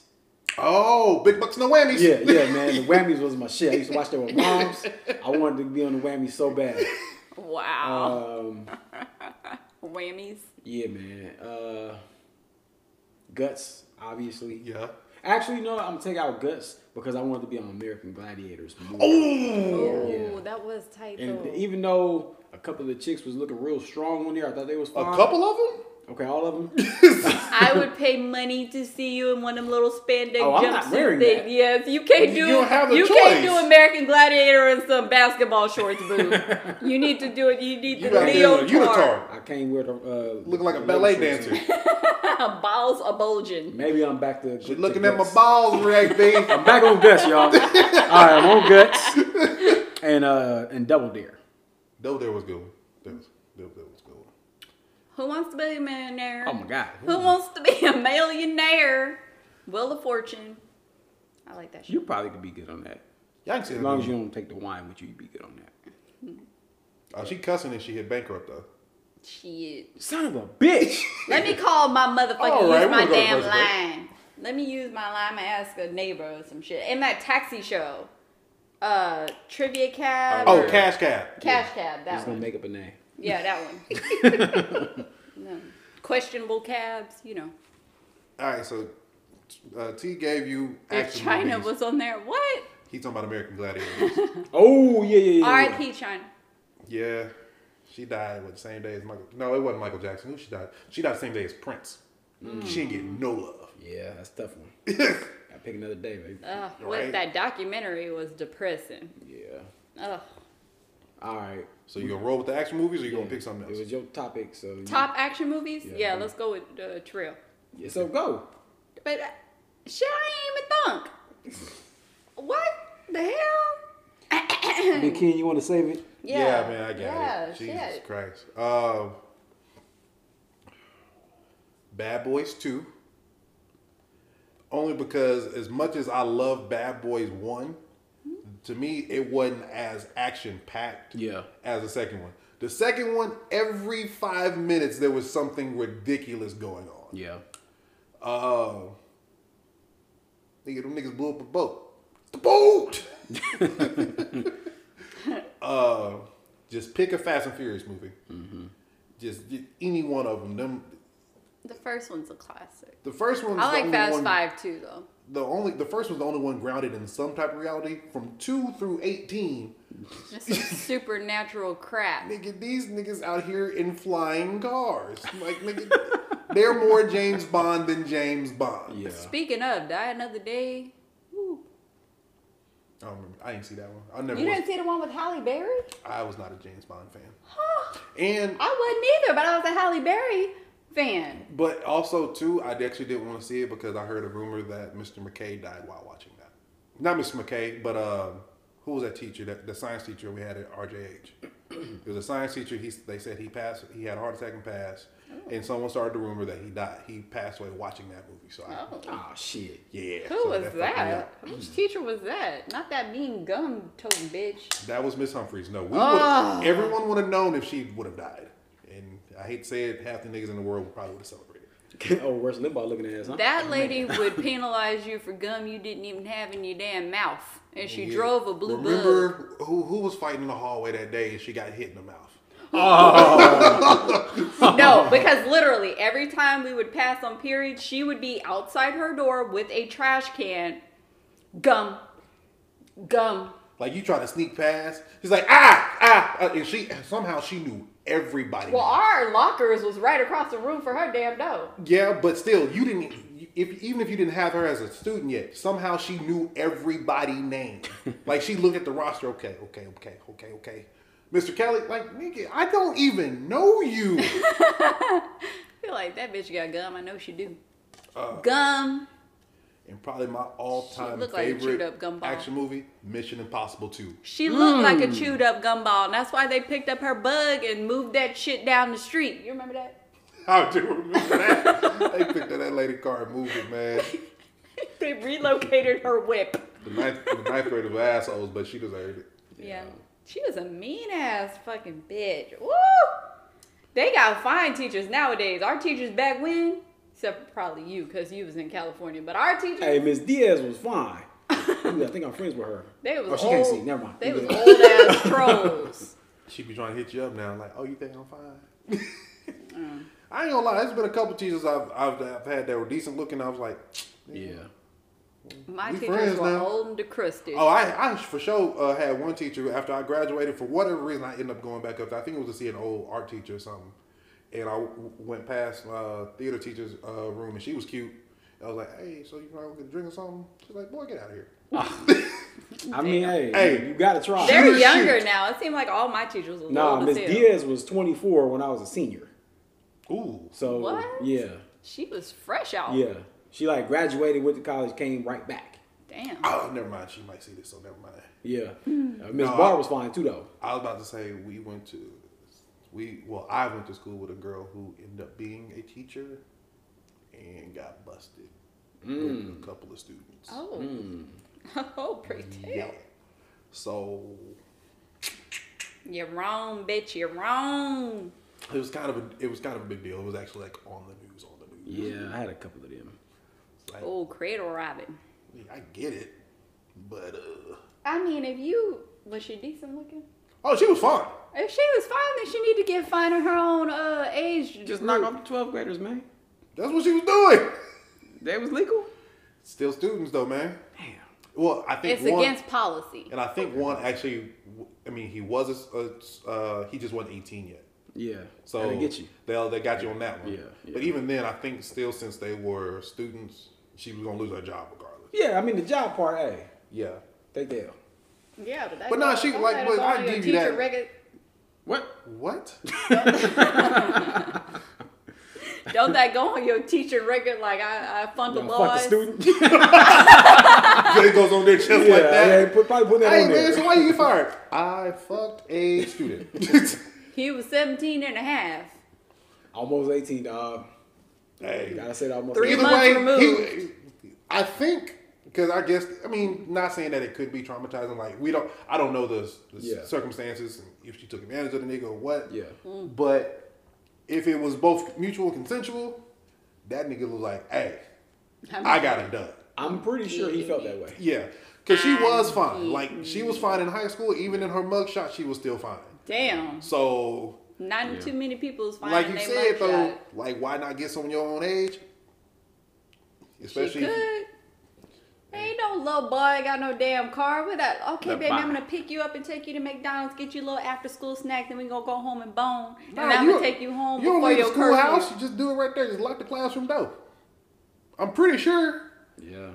Speaker 1: Oh, big bucks no whammies.
Speaker 3: Yeah, yeah, man. The whammies was my shit. I used to watch that with moms. I wanted to be on the whammies so bad.
Speaker 2: Wow.
Speaker 3: Um,
Speaker 2: Whammies.
Speaker 3: yeah, man. Uh, guts, obviously.
Speaker 1: Yeah.
Speaker 3: Actually, no, I'm gonna take out guts because I wanted to be on American Gladiators. More.
Speaker 1: Oh. Ooh.
Speaker 2: Ooh, that was tight
Speaker 3: And
Speaker 2: though.
Speaker 3: even though a couple of the chicks was looking real strong on there, I thought they was
Speaker 1: A
Speaker 2: Oh.
Speaker 3: fine.
Speaker 1: couple of them?
Speaker 3: Okay, all of them.
Speaker 2: I would pay money to see you in one of them little spandex
Speaker 3: Oh, I'm not wearing
Speaker 2: jumpsuit things.
Speaker 3: that.
Speaker 2: Yes, you can't do
Speaker 1: You don't have a
Speaker 2: you can't
Speaker 1: choice.
Speaker 2: do American Gladiator in some basketball shorts, boo. you need to do it. You need
Speaker 1: You
Speaker 2: the
Speaker 1: got a
Speaker 2: leotard.
Speaker 1: unitard.
Speaker 3: I can't wear the uh,
Speaker 1: Looking like a
Speaker 3: the
Speaker 1: ballet
Speaker 3: leather shorts
Speaker 1: dancer.
Speaker 3: anymore.
Speaker 2: Balls a bulging.
Speaker 3: Maybe I'm back to
Speaker 1: You're
Speaker 3: to
Speaker 1: looking at my
Speaker 3: guts.
Speaker 1: balls, Rag B.
Speaker 3: I'm back on guts, y'all. all right, I'm on guts and uh and double dare.
Speaker 1: Though there was good. one. That was, that, that was good. one.
Speaker 2: Who wants to be a millionaire?
Speaker 3: Oh my god.
Speaker 2: Who wants to be a millionaire? Will of Fortune. I like that shit.
Speaker 3: You probably could be good on that.
Speaker 1: Y'all can see
Speaker 3: As long as you don't take the wine with you, you'd be good on that.
Speaker 1: Oh, she cussing and she hit bankrupt though.
Speaker 2: Shit.
Speaker 3: Son of a bitch.
Speaker 2: Let me call my motherfucking
Speaker 1: All right,
Speaker 2: use my
Speaker 1: we'll go to
Speaker 2: damn
Speaker 1: first break.
Speaker 2: line. Let me use my line and ask a neighbor or some shit. In that taxi show, uh, trivia cab.
Speaker 1: Oh,
Speaker 2: or-
Speaker 1: cash cab.
Speaker 2: Cash cab.
Speaker 3: Just
Speaker 2: That
Speaker 3: gonna
Speaker 2: one.
Speaker 3: make up a name.
Speaker 2: Yeah, that one. no. Questionable cabs. You know,
Speaker 1: All right, so uh, T gave you
Speaker 2: if
Speaker 1: action
Speaker 2: China
Speaker 1: movies.
Speaker 2: was on there, what?
Speaker 1: He's talking about American Gladiators.
Speaker 3: Oh yeah, yeah, yeah. yeah.
Speaker 2: R.I.P. China.
Speaker 1: yeah, she died what, the same day as Michael. No, it wasn't Michael Jackson. Who she died? She died the same day as Prince. She didn't get no love.
Speaker 3: Yeah, that's a tough one. Gotta pick another day, baby.
Speaker 2: Ugh,
Speaker 1: Right.
Speaker 2: what that documentary was depressing.
Speaker 3: Yeah.
Speaker 2: Ugh.
Speaker 3: All right.
Speaker 1: So you gonna roll with the action movies, or you gonna
Speaker 3: Yeah.
Speaker 1: pick something
Speaker 3: It
Speaker 1: else?
Speaker 3: was your topic, so you-
Speaker 2: Top action movies?
Speaker 3: Yeah.
Speaker 2: Yeah, let's go with uh, Trill.
Speaker 3: Yeah, so go.
Speaker 2: But uh, shit, I ain't even thunk. What the hell?
Speaker 3: Big Ken, you want to save it?
Speaker 1: yeah, man, I got it. Jesus
Speaker 2: Yeah, shit.
Speaker 1: Christ. Um, Bad Boys Two. Only because as much as I love Bad Boys One, to me it wasn't as action packed.
Speaker 3: Yeah.
Speaker 1: As the second one. The second one, every five minutes there was something ridiculous going on.
Speaker 3: Yeah.
Speaker 1: Oh. Nigga, them niggas blew up a boat. The boat! uh, just pick a Fast and Furious movie. Just get any one of them. them
Speaker 2: The first one's a classic.
Speaker 1: the first one. the
Speaker 2: I like
Speaker 1: only
Speaker 2: Fast
Speaker 1: one,
Speaker 2: Five too, though.
Speaker 1: The only the first was the only one grounded in some type of reality. From two through eighteen,
Speaker 2: Just some supernatural crap.
Speaker 1: nigga, these niggas out here in flying cars. Like nigga, they're more James Bond than James Bond.
Speaker 3: Yeah.
Speaker 2: Speaking of, Die Another Day. Woo.
Speaker 1: I don't remember. I didn't see that one. I never.
Speaker 2: You
Speaker 1: was-
Speaker 2: didn't see the one with Halle Berry?
Speaker 1: I was not a James Bond fan.
Speaker 2: Huh.
Speaker 1: And
Speaker 2: I wasn't either, but I was a Halle Berry fan.
Speaker 1: but also too, I actually didn't want to see it because I heard a rumor that Mr. McKay died while watching that. Not Mr. McKay, but um, who was that teacher? That the science teacher we had at RJH. it was a science teacher. He they said he passed. He had a heart attack and passed.
Speaker 2: Oh.
Speaker 1: And someone started the rumor that he died. He passed away watching that movie. So I,
Speaker 2: Oh.
Speaker 3: Oh shit.
Speaker 1: yeah.
Speaker 2: Who
Speaker 1: so
Speaker 2: was
Speaker 1: fucked me
Speaker 2: that?
Speaker 1: up.
Speaker 2: Which teacher was that? Not that mean gum toting bitch.
Speaker 1: That was Miss Humphreys. No, we would
Speaker 2: Ah.
Speaker 1: everyone would have known if she would have died. And I hate to say it, half the niggas in the world probably would have celebrated.
Speaker 3: oh, worse Limbaugh looking ass, huh?
Speaker 2: That lady would penalize you for gum you didn't even have in your damn mouth, and she
Speaker 1: Yeah.
Speaker 2: drove a blue
Speaker 1: Remember
Speaker 2: bug.
Speaker 1: who who was fighting in the hallway that day and she got hit in the mouth?
Speaker 2: No, because literally every time we would pass on period, she would be outside her door with a trash can, gum, gum,
Speaker 1: Like you try to sneak past. She's like ah ah, ah," and she somehow she knew everybody.
Speaker 2: Well, our lockers was right across the room for her damn door.
Speaker 1: yeah, but still, you didn't. If even if you didn't have her as a student yet, somehow she knew everybody' name. like she looked at the roster. Okay, okay, okay, okay, okay. Mr. Kelly, like nigga, I don't even know you.
Speaker 2: I feel like that bitch got gum. I know she do.
Speaker 1: Uh.
Speaker 2: gum.
Speaker 1: and probably my all-time
Speaker 2: looked like a chewed
Speaker 1: favorite
Speaker 2: up gumball.
Speaker 1: action movie, Mission Impossible Two.
Speaker 2: She looked like
Speaker 1: Mm.
Speaker 2: a chewed up gumball, and that's why they picked up her bug and moved that shit down the street. You remember that?
Speaker 1: I do remember that. they picked up that lady car and moved it, man.
Speaker 2: they relocated her whip.
Speaker 1: The ninth, the ninth graders were assholes, but she deserved it.
Speaker 2: Yeah. She was a mean ass fucking bitch. Woo! They got fine teachers nowadays. Our teachers back when, except probably you, because you was in California, but our teachers,
Speaker 3: Hey, Miss Diaz was fine. Ooh, I think I'm friends with her.
Speaker 2: they was
Speaker 3: Oh, she
Speaker 2: old.
Speaker 3: can't see. Never mind.
Speaker 2: They
Speaker 3: You
Speaker 2: was
Speaker 3: good.
Speaker 2: old ass trolls.
Speaker 1: She be trying to hit you up now, like, oh, you think I'm fine? I ain't gonna lie, there's been a couple teachers I've, I've, I've had that were decent looking. I was like,
Speaker 3: Yeah.
Speaker 2: My
Speaker 1: We
Speaker 2: teachers
Speaker 1: friends
Speaker 2: were
Speaker 1: now.
Speaker 2: old and decrusted.
Speaker 1: oh, I, I for sure uh, had one teacher after I graduated for whatever reason I ended up going back up. I think it was to see an old art teacher or something, and I w- went past my theater teacher's uh, room and she was cute. I was like, hey, so you probably get a drink or something? She's like, boy, get out of here.
Speaker 3: I mean, hey,
Speaker 1: Hey.
Speaker 3: you gotta try.
Speaker 1: There-
Speaker 2: They're
Speaker 1: Shoot.
Speaker 2: younger now. It seemed like all my teachers was
Speaker 3: nah,
Speaker 2: old
Speaker 3: Miss
Speaker 2: as hell.
Speaker 3: Diaz was 24 when I was a senior.
Speaker 1: Ooh,
Speaker 3: So
Speaker 2: What?
Speaker 3: yeah,
Speaker 2: She was fresh out.
Speaker 3: yeah. She like graduated, went to college, came right back.
Speaker 2: Damn.
Speaker 1: oh, never mind. She might see this, so never mind.
Speaker 3: Yeah. Uh, Miss
Speaker 1: No,
Speaker 3: Barr
Speaker 1: I-
Speaker 3: was fine too though.
Speaker 1: I was about to say we went to we well I went to school with a girl who ended up being a teacher and got busted with a couple of students.
Speaker 2: Oh.
Speaker 3: Hmm.
Speaker 2: Oh, pretty
Speaker 3: Mm,
Speaker 2: tell.
Speaker 1: Yeah. So
Speaker 2: You're wrong, bitch. You're wrong.
Speaker 1: it was kind of a it was kind of a big deal. It was actually like on the news, on the news.
Speaker 3: Yeah, I had a couple of them.
Speaker 1: Like,
Speaker 2: Oh, cradle robbing.
Speaker 1: I get it, but uh,
Speaker 2: I mean, if you was she decent looking?
Speaker 1: oh, she was fine.
Speaker 2: If she was fine, then she need to get fine in her own uh age.
Speaker 3: Just
Speaker 2: group.
Speaker 3: knock off the 12th graders, man.
Speaker 1: That's what she was doing.
Speaker 3: That was legal.
Speaker 1: Still students though, man.
Speaker 3: Damn.
Speaker 1: Well, I think
Speaker 2: It's
Speaker 1: one,
Speaker 2: against policy.
Speaker 1: and I think one actually. I mean, he was a s- a, uh, he just wasn't eighteen yet.
Speaker 3: Yeah.
Speaker 1: So
Speaker 3: they get you.
Speaker 1: They'll, they got you on that one.
Speaker 3: Yeah, yeah.
Speaker 1: But even then, I think still since they were students, she was gonna lose her job regardless.
Speaker 3: Yeah, I mean the job part. Hey,
Speaker 1: Yeah.
Speaker 3: take that. L.
Speaker 2: Yeah, but that's
Speaker 1: But nah, she- like, but I give you that.
Speaker 3: What?
Speaker 1: What?
Speaker 2: Don't that go on your teacher record? Like I, I fund the
Speaker 3: Y'all fuck a
Speaker 2: laws.
Speaker 3: student.
Speaker 1: it goes on there just
Speaker 3: yeah,
Speaker 1: like
Speaker 3: yeah,
Speaker 1: that.
Speaker 3: put, probably put that
Speaker 1: hey
Speaker 3: on
Speaker 1: man,
Speaker 3: there.
Speaker 1: so why you get fired? I fucked a student.
Speaker 2: He was 17 and a half.
Speaker 3: Almost 18, dog.
Speaker 1: hey.
Speaker 3: Gotta say that almost.
Speaker 2: Three
Speaker 3: 18.
Speaker 1: Either
Speaker 2: months
Speaker 1: way,
Speaker 2: removed.
Speaker 1: he, I think because I guess I mean not saying that it could be traumatizing. Like we don't, I don't know the, the
Speaker 3: Yeah.
Speaker 1: circumstances and if she took advantage of the nigga or what.
Speaker 3: Yeah.
Speaker 2: Hmm.
Speaker 1: But if it was both mutual consensual, that nigga was like, hey, I got it done.
Speaker 3: I'm pretty sure he felt that way.
Speaker 1: Yeah. Cause she was
Speaker 2: Mm-hmm.
Speaker 1: fine. Like she was fine in high school. Even in her mugshot, she was still fine.
Speaker 2: Damn.
Speaker 1: So,
Speaker 2: Not too many people's finding
Speaker 1: like you
Speaker 2: they
Speaker 1: said though,
Speaker 2: mugshot.
Speaker 1: like why not get someone your own age?
Speaker 2: She
Speaker 1: Especially, if you-
Speaker 2: could. Ain't no little boy got no damn car with that. Okay,
Speaker 3: Nah,
Speaker 2: baby,
Speaker 3: bye.
Speaker 2: I'm gonna pick you up and take you to McDonald's, get you a little after school snack, then we gonna go home and bone, and
Speaker 1: Nah,
Speaker 2: I'm
Speaker 1: you-
Speaker 2: gonna take you home
Speaker 1: You don't
Speaker 2: before
Speaker 1: leave the
Speaker 2: your curfew.
Speaker 1: schoolhouse. You just do it right there. Just lock the classroom door. I'm pretty sure.
Speaker 3: Yeah.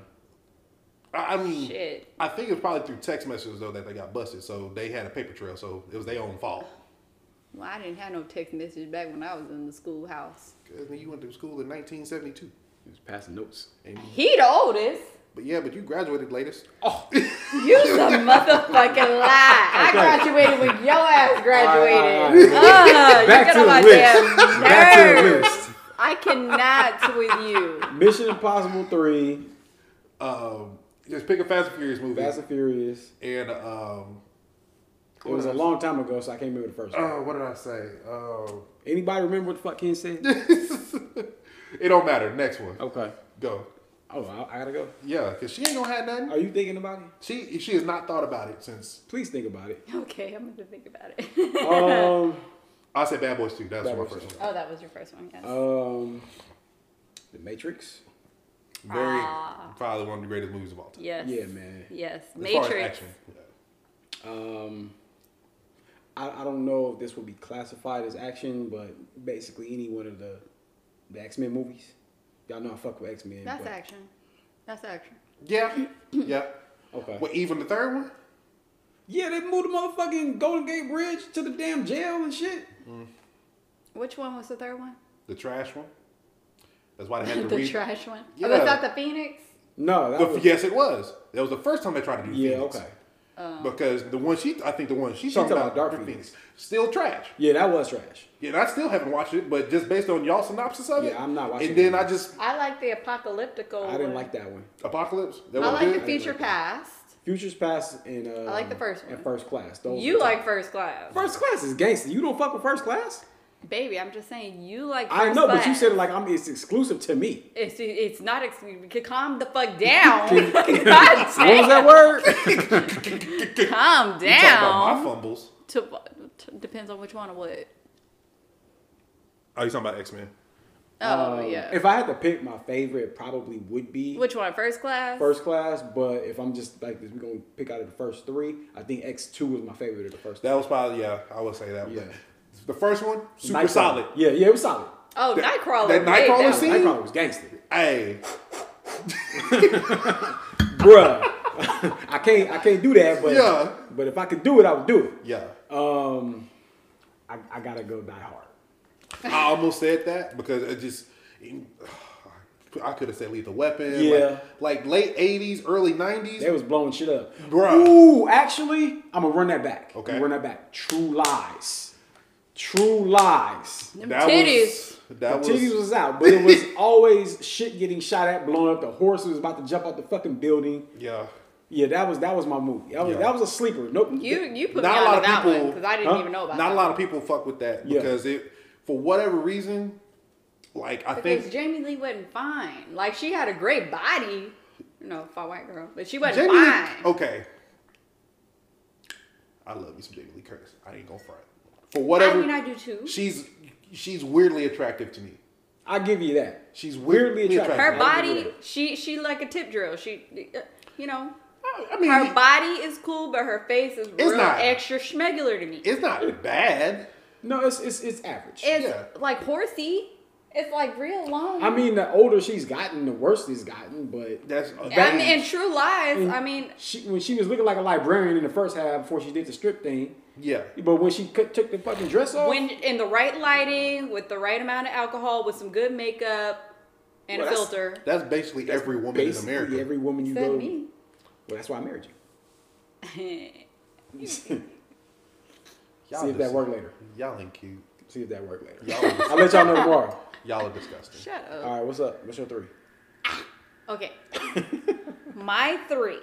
Speaker 1: I I mean,
Speaker 2: Shit.
Speaker 1: I think it was probably through text messages though that they got busted. So they had a paper trail. So it was their own fault.
Speaker 2: Well, I didn't have no text message back when I was in the schoolhouse.
Speaker 1: Cause you went to school in 1972.
Speaker 3: He was passing notes.
Speaker 1: And,
Speaker 2: He the oldest.
Speaker 1: but yeah, but you graduated latest.
Speaker 3: Oh.
Speaker 2: You some motherfucking lie. I graduated when your ass graduated.
Speaker 3: All right,
Speaker 2: Ugh, you
Speaker 3: Back
Speaker 2: get
Speaker 3: to
Speaker 2: on
Speaker 3: the
Speaker 2: my
Speaker 3: list.
Speaker 2: damn
Speaker 3: Back to the
Speaker 2: nerves.
Speaker 3: list.
Speaker 2: I cannot with you.
Speaker 3: Mission Impossible 3,
Speaker 1: Um, just pick a Fast and Furious movie.
Speaker 3: Fast and Furious.
Speaker 1: and um,
Speaker 3: It was a long time ago, so I can't remember the first one.
Speaker 1: oh, what did I say? Um,
Speaker 3: Anybody remember what the fuck Ken said?
Speaker 1: it don't matter. Next one.
Speaker 3: okay.
Speaker 1: Go.
Speaker 3: Oh, I, I gotta go.
Speaker 1: Yeah, cause she ain't gonna have nothing.
Speaker 3: Are you thinking about it?
Speaker 1: She she has not thought about it since
Speaker 3: Please think about it.
Speaker 2: Okay, I'm gonna think about it.
Speaker 3: Um,
Speaker 1: I said Bad Boys 2. That's
Speaker 3: Bad
Speaker 1: my
Speaker 3: Boys
Speaker 1: first
Speaker 3: 2.
Speaker 1: one.
Speaker 2: oh, that was your first one. Yes.
Speaker 3: um, The Matrix.
Speaker 1: Very
Speaker 2: Ah.
Speaker 1: probably one of the greatest movies of all time.
Speaker 2: yes.
Speaker 3: Yeah, man.
Speaker 2: Yes.
Speaker 1: As far as
Speaker 2: Matrix.
Speaker 1: action. Yeah.
Speaker 3: Um, I, I don't know if this would be classified as action, but basically any one of the the X Men movies. Y'all know I fuck with X Men.
Speaker 2: That's
Speaker 3: but,
Speaker 2: action. That's action.
Speaker 1: Yeah. yeah.
Speaker 3: Okay.
Speaker 1: Well, even the third one?
Speaker 3: Yeah, they moved the motherfucking Golden Gate Bridge to the damn jail and shit.
Speaker 2: Which one was the third one?
Speaker 1: The trash one? That's why they had to
Speaker 2: the
Speaker 1: re-
Speaker 2: trash one.
Speaker 1: Yeah.
Speaker 2: Oh, was that the Phoenix?
Speaker 3: No, that
Speaker 1: The-
Speaker 3: was,
Speaker 1: yes, it was. That was the first time they tried to do
Speaker 3: yeah,
Speaker 1: Phoenix.
Speaker 3: okay.
Speaker 2: Oh.
Speaker 1: Because the one she, I think the one she's
Speaker 3: She
Speaker 1: talking
Speaker 3: talking
Speaker 1: about,
Speaker 3: about
Speaker 1: Dark
Speaker 3: Dark
Speaker 1: Phoenix, still trash.
Speaker 3: Yeah, that was trash.
Speaker 1: Yeah, and I still haven't watched it, but just based on y'all synopsis of it,
Speaker 3: Yeah, I'm not watching
Speaker 1: And then
Speaker 3: it.
Speaker 1: I just
Speaker 2: I like the apocalyptical.
Speaker 3: I didn't
Speaker 2: one.
Speaker 3: like that one.
Speaker 1: Apocalypse. That
Speaker 2: I
Speaker 1: was
Speaker 2: like
Speaker 1: good.
Speaker 2: the future past.
Speaker 3: Futures Past and uh,
Speaker 2: I like the first one.
Speaker 3: And First Class. Those
Speaker 2: You
Speaker 3: were-
Speaker 2: like first class,
Speaker 3: First Class is gangster. You don't fuck with First Class.
Speaker 2: baby. I'm just saying you like. First
Speaker 3: I know,
Speaker 2: class.
Speaker 3: but you said like I'm. It's exclusive to me.
Speaker 2: it's it's not. Ex- calm the fuck down.
Speaker 3: Can-
Speaker 2: God
Speaker 3: What was that
Speaker 2: damn.
Speaker 3: word?
Speaker 2: Calm
Speaker 1: You talking about my
Speaker 2: down.
Speaker 1: fumbles?
Speaker 2: To- to- depends on which one or what.
Speaker 1: Are you talking about X Men?
Speaker 2: Oh
Speaker 3: Um,
Speaker 2: yeah.
Speaker 3: If I had to pick my favorite, probably would be
Speaker 2: which one? First class.
Speaker 3: First Class. But if I'm just like, if we're gonna pick out of the first three, I think X Two was my favorite of the first.
Speaker 1: That was probably yeah. I would say that.
Speaker 3: Yeah.
Speaker 1: But the first one,
Speaker 3: three.
Speaker 1: super
Speaker 3: Nightcrawler.
Speaker 1: solid.
Speaker 3: Yeah, yeah, it was solid.
Speaker 2: Oh,
Speaker 1: that-
Speaker 2: Nightcrawler.
Speaker 1: that
Speaker 2: babe,
Speaker 1: Nightcrawler
Speaker 2: that was-
Speaker 1: scene?
Speaker 3: Nightcrawler was gangster,
Speaker 1: Hey,
Speaker 3: bruh. I can't, I can't do that. But
Speaker 1: Yeah.
Speaker 3: but if I could do it, I would do it.
Speaker 1: yeah.
Speaker 3: Um, I, I gotta go Die Hard.
Speaker 1: I almost said that because it just. I could have said Lethal Weapon.
Speaker 3: Yeah.
Speaker 1: Like, like late '80s, early '90s.
Speaker 3: They was blowing shit up.
Speaker 1: Bruh.
Speaker 3: Ooh, actually, I'm gonna run that back.
Speaker 1: Okay.
Speaker 3: I'ma Run that back. True Lies. True Lies.
Speaker 2: Them titties.
Speaker 1: Was, that was,
Speaker 3: The titties was out, but it was always shit getting shot at, blowing up. The horse was about to jump out the fucking building.
Speaker 1: yeah.
Speaker 3: Yeah, that was that was my movie. That was,
Speaker 1: Yeah.
Speaker 3: that was a sleeper. Nope.
Speaker 2: You you put
Speaker 1: Not
Speaker 2: me
Speaker 1: a lot
Speaker 2: on
Speaker 1: of
Speaker 2: that one
Speaker 1: people-
Speaker 2: because I didn't
Speaker 3: Huh?
Speaker 2: even know about.
Speaker 1: Not
Speaker 2: that.
Speaker 1: a lot of people fuck with that
Speaker 3: Yeah.
Speaker 1: because it, for whatever reason, like I
Speaker 2: Because
Speaker 1: think
Speaker 2: Jamie Lee wasn't fine. Like she had a great body, you know, for a white girl, but she wasn't
Speaker 1: Jamie Lee- oh,
Speaker 2: fine.
Speaker 1: okay. I love you some Jamie Lee Curtis. I ain't gonna front. For whatever
Speaker 2: I mean, I do too.
Speaker 1: she's she's weirdly attractive to me.
Speaker 3: I give you that.
Speaker 1: She's weirdly
Speaker 3: Weirdly
Speaker 1: attractive.
Speaker 3: attractive.
Speaker 2: her
Speaker 1: I-
Speaker 2: body, she she like a tip drill. She, uh, you know,
Speaker 1: I mean,
Speaker 2: her body is cool, but her face is real
Speaker 1: not.
Speaker 2: extra schmegular to me. It's,
Speaker 1: it's not bad.
Speaker 3: No, it's it's it's average.
Speaker 1: yeah.
Speaker 2: like horsey. It's like real long.
Speaker 3: I mean, the older she's gotten, the worse she's gotten. But
Speaker 1: That's
Speaker 2: I
Speaker 1: that,
Speaker 2: mean, in True Lies,
Speaker 1: Mm.
Speaker 2: I mean,
Speaker 3: she when she was looking like a librarian in the first half before she did the strip thing.
Speaker 1: yeah.
Speaker 3: But when she cut, took the fucking dress off,
Speaker 2: when in the right lighting, with the right amount of alcohol, with some good makeup and
Speaker 3: Well,
Speaker 2: a
Speaker 3: that's-
Speaker 2: filter.
Speaker 1: That's basically every woman
Speaker 3: basically
Speaker 1: in America.
Speaker 3: every woman you
Speaker 2: Said
Speaker 3: go,
Speaker 2: me.
Speaker 3: well, that's why I married you.
Speaker 1: Y'all
Speaker 3: See if that
Speaker 1: dis-
Speaker 3: worked later.
Speaker 1: Y'all ain't cute.
Speaker 3: See if that worked later.
Speaker 1: Y'all, are-
Speaker 3: I'll let y'all know tomorrow.
Speaker 1: y'all are disgusting.
Speaker 2: Shut up.
Speaker 3: All right, what's up? What's your three?
Speaker 2: Uh, Okay. My three.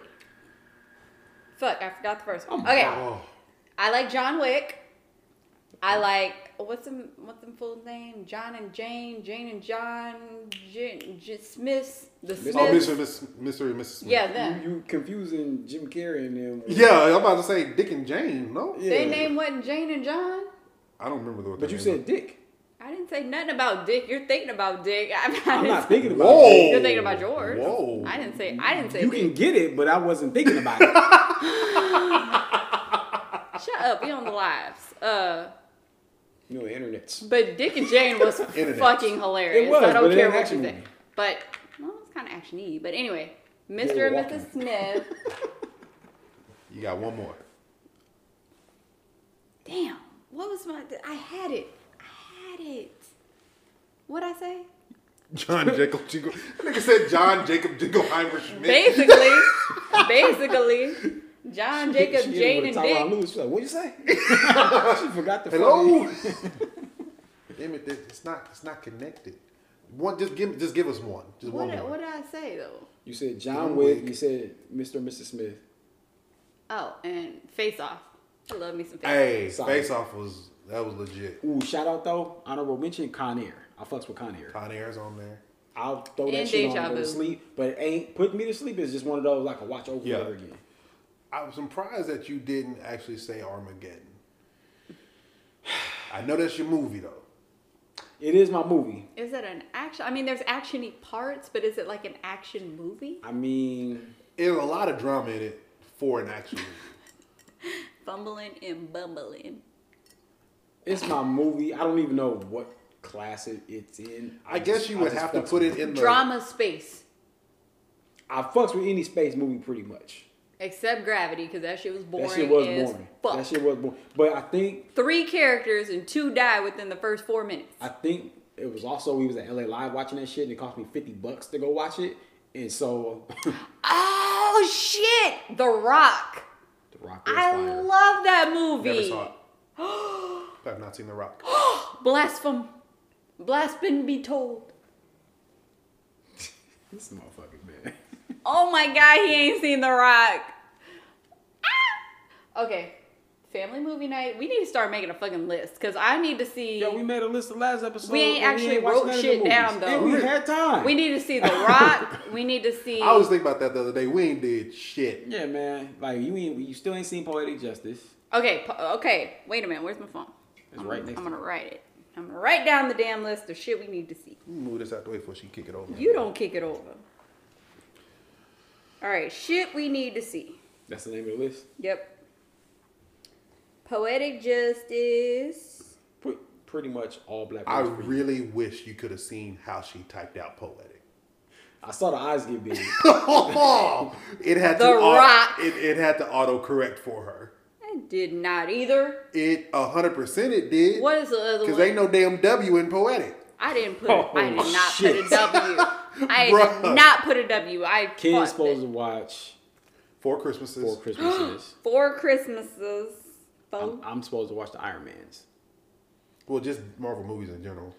Speaker 2: Fuck, I forgot the first one.
Speaker 3: Oh my
Speaker 2: Okay.
Speaker 1: Oh,
Speaker 2: I like John Wick. I like what's them what's them full name? John and Jane, Jane and John, J- J- Smiths, the Smiths.
Speaker 1: oh Mr. Miss, Mr. and Mrs. Smith.
Speaker 2: Yeah,
Speaker 3: You,
Speaker 2: them.
Speaker 3: you confusing Jim Carrey and them. with-
Speaker 1: Yeah, I'm about to say Dick and Jane. No,
Speaker 3: Yeah.
Speaker 2: Their name wasn't Jane and John.
Speaker 1: I don't remember what.
Speaker 3: But
Speaker 1: their
Speaker 3: you
Speaker 1: name
Speaker 3: said Dick.
Speaker 2: I didn't say nothing about Dick. You're thinking about Dick. I'm not,
Speaker 3: I'm not thinking about
Speaker 1: Whoa.
Speaker 3: it.
Speaker 2: You're thinking about George.
Speaker 1: Whoa.
Speaker 2: I didn't say. I didn't say.
Speaker 3: You
Speaker 2: Dick.
Speaker 3: can get it, but I wasn't thinking about it.
Speaker 2: Shut up. We on the lives. Uh,
Speaker 3: No internets.
Speaker 2: But Dick and Jane was
Speaker 1: Internet.
Speaker 2: fucking hilarious.
Speaker 3: It was,
Speaker 2: I don't
Speaker 3: but it
Speaker 2: care
Speaker 3: ain't
Speaker 2: what
Speaker 3: action
Speaker 2: you say.
Speaker 3: movie.
Speaker 2: But well, it's kind of actiony. But anyway, Mr.
Speaker 3: we're
Speaker 2: and
Speaker 3: walking.
Speaker 2: Mrs. Smith.
Speaker 1: You got one more.
Speaker 2: Damn, what was my? I had it. I had it. What I say?
Speaker 1: John Jacob Jingle. That nigga said John Jacob Jingleheimer Schmidt.
Speaker 2: Basically, basically, John, Jacob,
Speaker 3: She hit him
Speaker 2: Jane, and
Speaker 3: with a Tyronn
Speaker 2: Dick.
Speaker 3: Lewis. She's like, what you say? she forgot the fucking-
Speaker 1: Hello. Damn it! it- It's not. It's not connected. One. Just give. Just give us one. Just
Speaker 2: What,
Speaker 1: one. more.
Speaker 2: what did I say though?
Speaker 3: You said
Speaker 1: John
Speaker 3: John Wick.
Speaker 1: Wick.
Speaker 3: You said Mr. and Mrs. Smith.
Speaker 2: Oh, and Face Off. I love me some Face
Speaker 1: Hey,
Speaker 3: Sorry.
Speaker 1: Face Off was that was legit.
Speaker 3: Ooh, shout out though. Honorable mention, Con Air. I fucks with Con Air.
Speaker 1: Con Air's on there.
Speaker 3: I'll throw
Speaker 2: And
Speaker 3: that shit on
Speaker 2: Deja
Speaker 3: and go to
Speaker 2: Vu.
Speaker 3: sleep, but it ain't putting me to sleep. It's just one of those I can watch over
Speaker 1: Yeah.
Speaker 3: and over again.
Speaker 1: I'm surprised that you didn't actually say Armageddon. I know that's your movie though.
Speaker 3: It is my movie.
Speaker 2: Off. Is it an action? I mean, there's actiony parts, but is it like an action movie?
Speaker 3: I mean,
Speaker 1: There's a lot of drama in it for an action movie.
Speaker 2: fumbling and bumbling.
Speaker 3: It's my movie. I don't even know what class it, it's in.
Speaker 1: I guess
Speaker 3: just-
Speaker 1: you would
Speaker 3: just
Speaker 1: have to
Speaker 3: fucks
Speaker 1: put
Speaker 3: with
Speaker 1: it in the
Speaker 2: Drama space,
Speaker 3: I fucks with any space movie pretty much.
Speaker 2: except gravity, because that shit was boring.
Speaker 3: That shit was
Speaker 2: as
Speaker 3: boring.
Speaker 2: Fuck.
Speaker 3: That shit was boring. But I think
Speaker 2: Three characters and two die within the first four minutes.
Speaker 3: I think it was also we was at LA Live watching that shit and it cost me fifty bucks to go watch it. And so
Speaker 2: Oh shit! The Rock.
Speaker 3: The Rock was
Speaker 2: I
Speaker 3: fire.
Speaker 2: love that movie.
Speaker 1: Never saw it. I've not seen The Rock.
Speaker 2: Blasphem. Blasphem be told.
Speaker 3: this motherfucker, man.
Speaker 2: Oh my god, he ain't seen The Rock. Ah! Okay, family movie night. We need to start making a fucking list because I need to see.
Speaker 3: Yo, we made a list the last episode.
Speaker 2: We ain't
Speaker 3: and
Speaker 2: actually
Speaker 3: watched
Speaker 2: wrote
Speaker 3: none of the
Speaker 2: shit
Speaker 3: movies.
Speaker 2: down, though.
Speaker 3: And we had time.
Speaker 2: we need to see The Rock. we need to see.
Speaker 1: I was thinking about that the other day. We ain't did shit.
Speaker 3: Yeah, man. Like you ain't you still ain't seen Poetic Justice.
Speaker 2: Okay, po- okay. Wait a minute. Where's my phone?
Speaker 3: It's right next
Speaker 2: I'm
Speaker 3: to
Speaker 2: gonna write it. I'm gonna write down the damn list of shit we need to see.
Speaker 1: Move this out the way before she kick it over.
Speaker 2: You don't kick it over. All right, shit we need to see.
Speaker 3: That's the name of the list.
Speaker 2: Yep. Poetic justice.
Speaker 3: Pre- pretty much all black.
Speaker 1: I
Speaker 3: movies.
Speaker 1: really wish you could have seen how she typed out poetic.
Speaker 3: I saw the eyes get big.
Speaker 1: it had
Speaker 2: The
Speaker 1: to au-
Speaker 2: Rock.
Speaker 1: it, it had to auto correct for her.
Speaker 2: I did not either.
Speaker 1: It hundred percent it did.
Speaker 2: What is the other
Speaker 1: Because
Speaker 2: one?
Speaker 1: ain't no damn W in poetic.
Speaker 2: I didn't put. a- I did
Speaker 3: Oh,
Speaker 2: not
Speaker 3: shit.
Speaker 2: put a W. I did
Speaker 1: Bruh.
Speaker 2: not put a W. I
Speaker 3: Kids
Speaker 2: fought that.
Speaker 3: supposed to watch
Speaker 1: Four Christmases.
Speaker 3: Four Christmases.
Speaker 2: four Christmases.
Speaker 3: I'm,
Speaker 2: Four.
Speaker 3: I'm supposed to watch the Iron Mans.
Speaker 1: Well, just Marvel movies in general.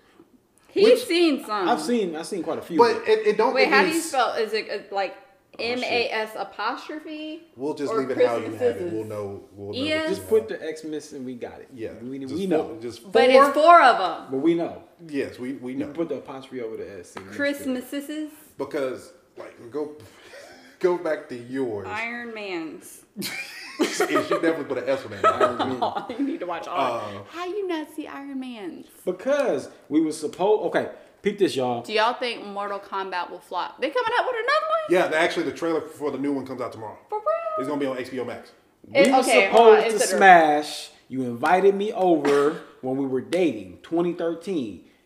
Speaker 2: He's
Speaker 1: which-
Speaker 2: seen some.
Speaker 3: I've seen I've seen quite a few.
Speaker 1: But it, it don't.
Speaker 2: Wait,
Speaker 1: it
Speaker 2: how do you
Speaker 1: is-
Speaker 2: spell? Is it uh, like
Speaker 3: Oh, shit.
Speaker 2: M A S apostrophe?
Speaker 1: We'll just
Speaker 2: or
Speaker 1: leave it how you have it.
Speaker 2: Christmases?
Speaker 1: We'll know. We'll know.
Speaker 2: Ian?
Speaker 1: what
Speaker 3: just
Speaker 1: you
Speaker 3: put
Speaker 1: have.
Speaker 3: the X miss and we got it.
Speaker 1: Yeah.
Speaker 3: we,
Speaker 1: just
Speaker 3: we
Speaker 1: four-
Speaker 3: know,
Speaker 1: just four.
Speaker 2: But it's four of them.
Speaker 3: but we know.
Speaker 1: Yes, we we know.
Speaker 3: Put the apostrophe over the S. and we
Speaker 2: Christmases,
Speaker 1: because like go go back to yours.
Speaker 2: Iron Man's.
Speaker 1: She definitely put an S on
Speaker 3: Iron
Speaker 1: that.
Speaker 3: Man.
Speaker 2: Oh, you need to watch all.
Speaker 3: Oh.
Speaker 1: Uh,
Speaker 2: How you not see Iron Man's?
Speaker 3: Because we were supposed. Okay, peep this, y'all.
Speaker 2: Do y'all think Mortal Kombat will flop? They coming up with another one?
Speaker 1: Yeah, the- actually, the trailer for the new one comes out tomorrow.
Speaker 2: For real?
Speaker 1: It's gonna be on HBO Max.
Speaker 3: We
Speaker 2: It-
Speaker 3: were
Speaker 2: okay, hold on,
Speaker 3: supposed to
Speaker 2: it's a-
Speaker 3: smash. You invited me over when we were dating, 2013.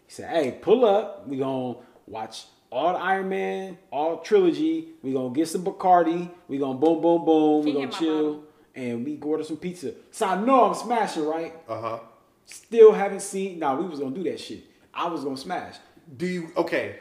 Speaker 3: He said, "Hey, pull up. We gonna watch all the Iron Man, all trilogy. We gonna get some Bacardi. We gonna boom, boom, boom. We
Speaker 2: Can you
Speaker 3: gonna
Speaker 2: get my
Speaker 3: chill,
Speaker 2: bottle?
Speaker 3: and we order some pizza." So I know I'm smashing, right?
Speaker 1: Uh huh.
Speaker 3: Still haven't seen. Nah, we was gonna do that shit. I was gonna smash.
Speaker 1: Do you okay?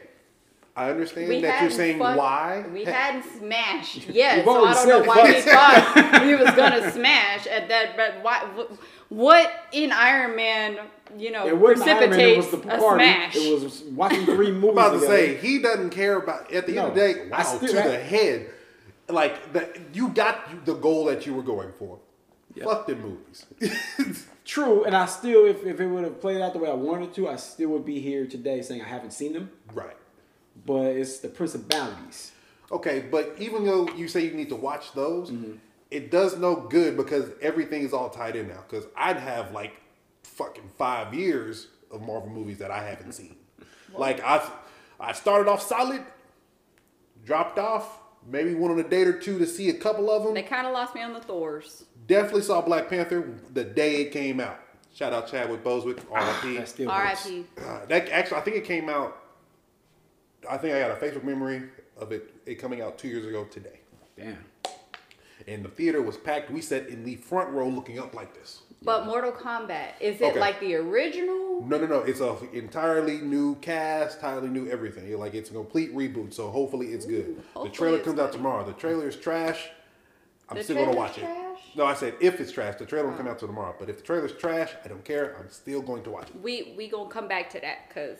Speaker 1: I understand
Speaker 2: We
Speaker 1: that you're
Speaker 2: hadn't
Speaker 1: saying
Speaker 2: fuck-
Speaker 1: why.
Speaker 2: We hadn't smashed yet,
Speaker 3: You've
Speaker 2: so I
Speaker 3: already
Speaker 2: don't know
Speaker 3: said
Speaker 2: why we thought we was gonna smash at that. But why? wh- What in Iron Man, you know,
Speaker 3: It wasn't Iron Man. It was
Speaker 2: precipitates
Speaker 3: the
Speaker 2: a
Speaker 3: Bacardi.
Speaker 2: smash?
Speaker 3: It was watching three movies.
Speaker 1: I'm about to
Speaker 3: together.
Speaker 1: say he doesn't care about. At the end of the
Speaker 3: No,
Speaker 1: day,
Speaker 3: I
Speaker 1: wow,
Speaker 3: still
Speaker 1: to
Speaker 3: have-
Speaker 1: the head. Like the, you got the goal that you were going for. Fuck them movies.
Speaker 3: True, and I still, if, if it would have played out the way I wanted to, I still would be here today saying I haven't seen them.
Speaker 1: right.
Speaker 3: But it's the principalities.
Speaker 1: Okay, but even though you say you need to watch those, it does no good because everything is all tied in now. Because I'd have like fucking five years of Marvel movies that I haven't seen. like I, I started off solid, dropped off. Maybe went on a date or two to see a couple of them.
Speaker 2: They kind of lost me on the Thors.
Speaker 1: Definitely saw Black Panther the day it came out. Shout out Chadwick Bosewick,
Speaker 3: That
Speaker 1: RIP.
Speaker 3: still hurts.
Speaker 2: R.I.P.
Speaker 1: Uh, that actually, I think it came out. I think I got a Facebook memory of it it coming out two years ago today,
Speaker 3: Damn.
Speaker 1: and the theater was packed. We sat in the front row looking up like this.
Speaker 2: But Mortal Kombat is it
Speaker 1: Okay.
Speaker 2: like the original?
Speaker 1: No, no, no. It's a entirely new cast, entirely new everything. Like it's a complete reboot. So hopefully it's good.
Speaker 2: hopefully
Speaker 1: the trailer
Speaker 2: it's
Speaker 1: comes out tomorrow. The trailer is trash. I'm
Speaker 2: The
Speaker 1: still gonna
Speaker 2: trailer's
Speaker 1: watch
Speaker 2: trash? Oh.
Speaker 1: it. No, I said if it's trash, the trailer will come out till tomorrow. But if the trailer's trash, I don't care. I'm still going to watch it.
Speaker 2: We we gonna come back to that because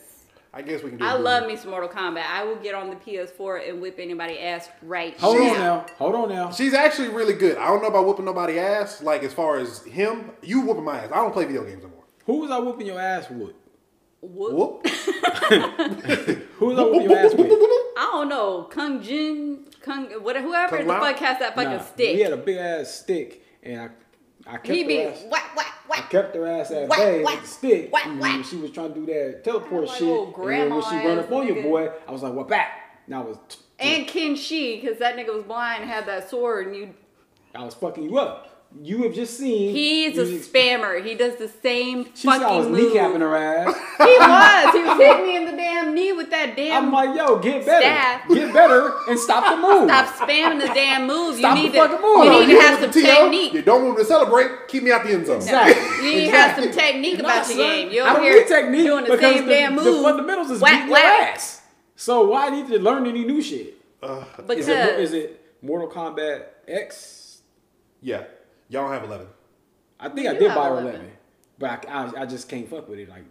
Speaker 1: I guess we can do.
Speaker 2: I
Speaker 3: Mm-hmm.
Speaker 1: a
Speaker 2: love
Speaker 1: movie.
Speaker 2: me some Mortal Kombat. I will get on the PS4 and whip anybody ass right
Speaker 3: Hold
Speaker 2: now.
Speaker 3: on now. Hold on now.
Speaker 1: She's actually really good. I don't know about whooping nobody ass. Like as far as him, you whooping my ass. I don't play video games anymore.
Speaker 3: Who was I whooping your ass with?
Speaker 2: Whoop.
Speaker 1: Whoop.
Speaker 3: Who was I whooping your ass with?
Speaker 2: I don't know Kung Jin, Kung whatever, whoever
Speaker 1: Kung
Speaker 2: the
Speaker 1: Lao?
Speaker 2: fuck has that fucking
Speaker 3: Nah,
Speaker 2: stick.
Speaker 3: We had a big ass stick, and I, I kept
Speaker 2: He
Speaker 3: her
Speaker 2: be
Speaker 3: ass.
Speaker 2: whack whack
Speaker 3: I
Speaker 2: whack.
Speaker 3: kept her ass at
Speaker 2: Whack,
Speaker 3: bay
Speaker 2: whack,
Speaker 3: with the stick.
Speaker 2: whack,
Speaker 3: and
Speaker 2: whack.
Speaker 3: She was trying to do that teleport
Speaker 2: Like
Speaker 3: shit.
Speaker 2: old
Speaker 3: And then when she
Speaker 2: grandma
Speaker 3: run
Speaker 2: ass
Speaker 3: up on your
Speaker 2: nigga.
Speaker 3: boy, I was like, "What back?" And I was,
Speaker 2: And Ken Shi, because that nigga was blind, and had that sword, and you
Speaker 3: I was fucking you up. You have just seen.
Speaker 2: He's a
Speaker 3: you just-
Speaker 2: spammer. He does the same
Speaker 3: She said I was
Speaker 2: fucking move.
Speaker 3: kneecapping her ass.
Speaker 2: He was. He was hitting me in the damn knee with that damn.
Speaker 3: I'm like, yo, get better,
Speaker 2: Staff.
Speaker 3: get better, and stop the move.
Speaker 2: Stop spamming the damn moves.
Speaker 3: Stop
Speaker 2: you
Speaker 3: the
Speaker 2: need to.
Speaker 3: fucking moves.
Speaker 2: You
Speaker 3: No,
Speaker 2: need to
Speaker 1: you
Speaker 2: have
Speaker 1: want
Speaker 2: some
Speaker 1: the TO,
Speaker 2: technique.
Speaker 1: You don't want to celebrate. Keep me out the end zone.
Speaker 3: Exactly.
Speaker 2: You need to have some technique about your game. You're
Speaker 3: I
Speaker 2: over
Speaker 3: don't
Speaker 2: here
Speaker 3: need technique
Speaker 2: doing the
Speaker 3: because
Speaker 2: same damn
Speaker 3: the
Speaker 2: move.
Speaker 3: fundamentals is
Speaker 2: Whack,
Speaker 3: beating your
Speaker 2: whack.
Speaker 3: ass. So why I need to learn any new shit?
Speaker 1: Uh,
Speaker 3: Is it,
Speaker 2: Because
Speaker 3: is it Mortal Kombat X?
Speaker 1: Yeah. Y'all don't have 11.
Speaker 3: I think I
Speaker 2: do
Speaker 3: did
Speaker 2: have
Speaker 3: buy
Speaker 2: 11.
Speaker 3: 11, but I, I, I just can't fuck with it. Like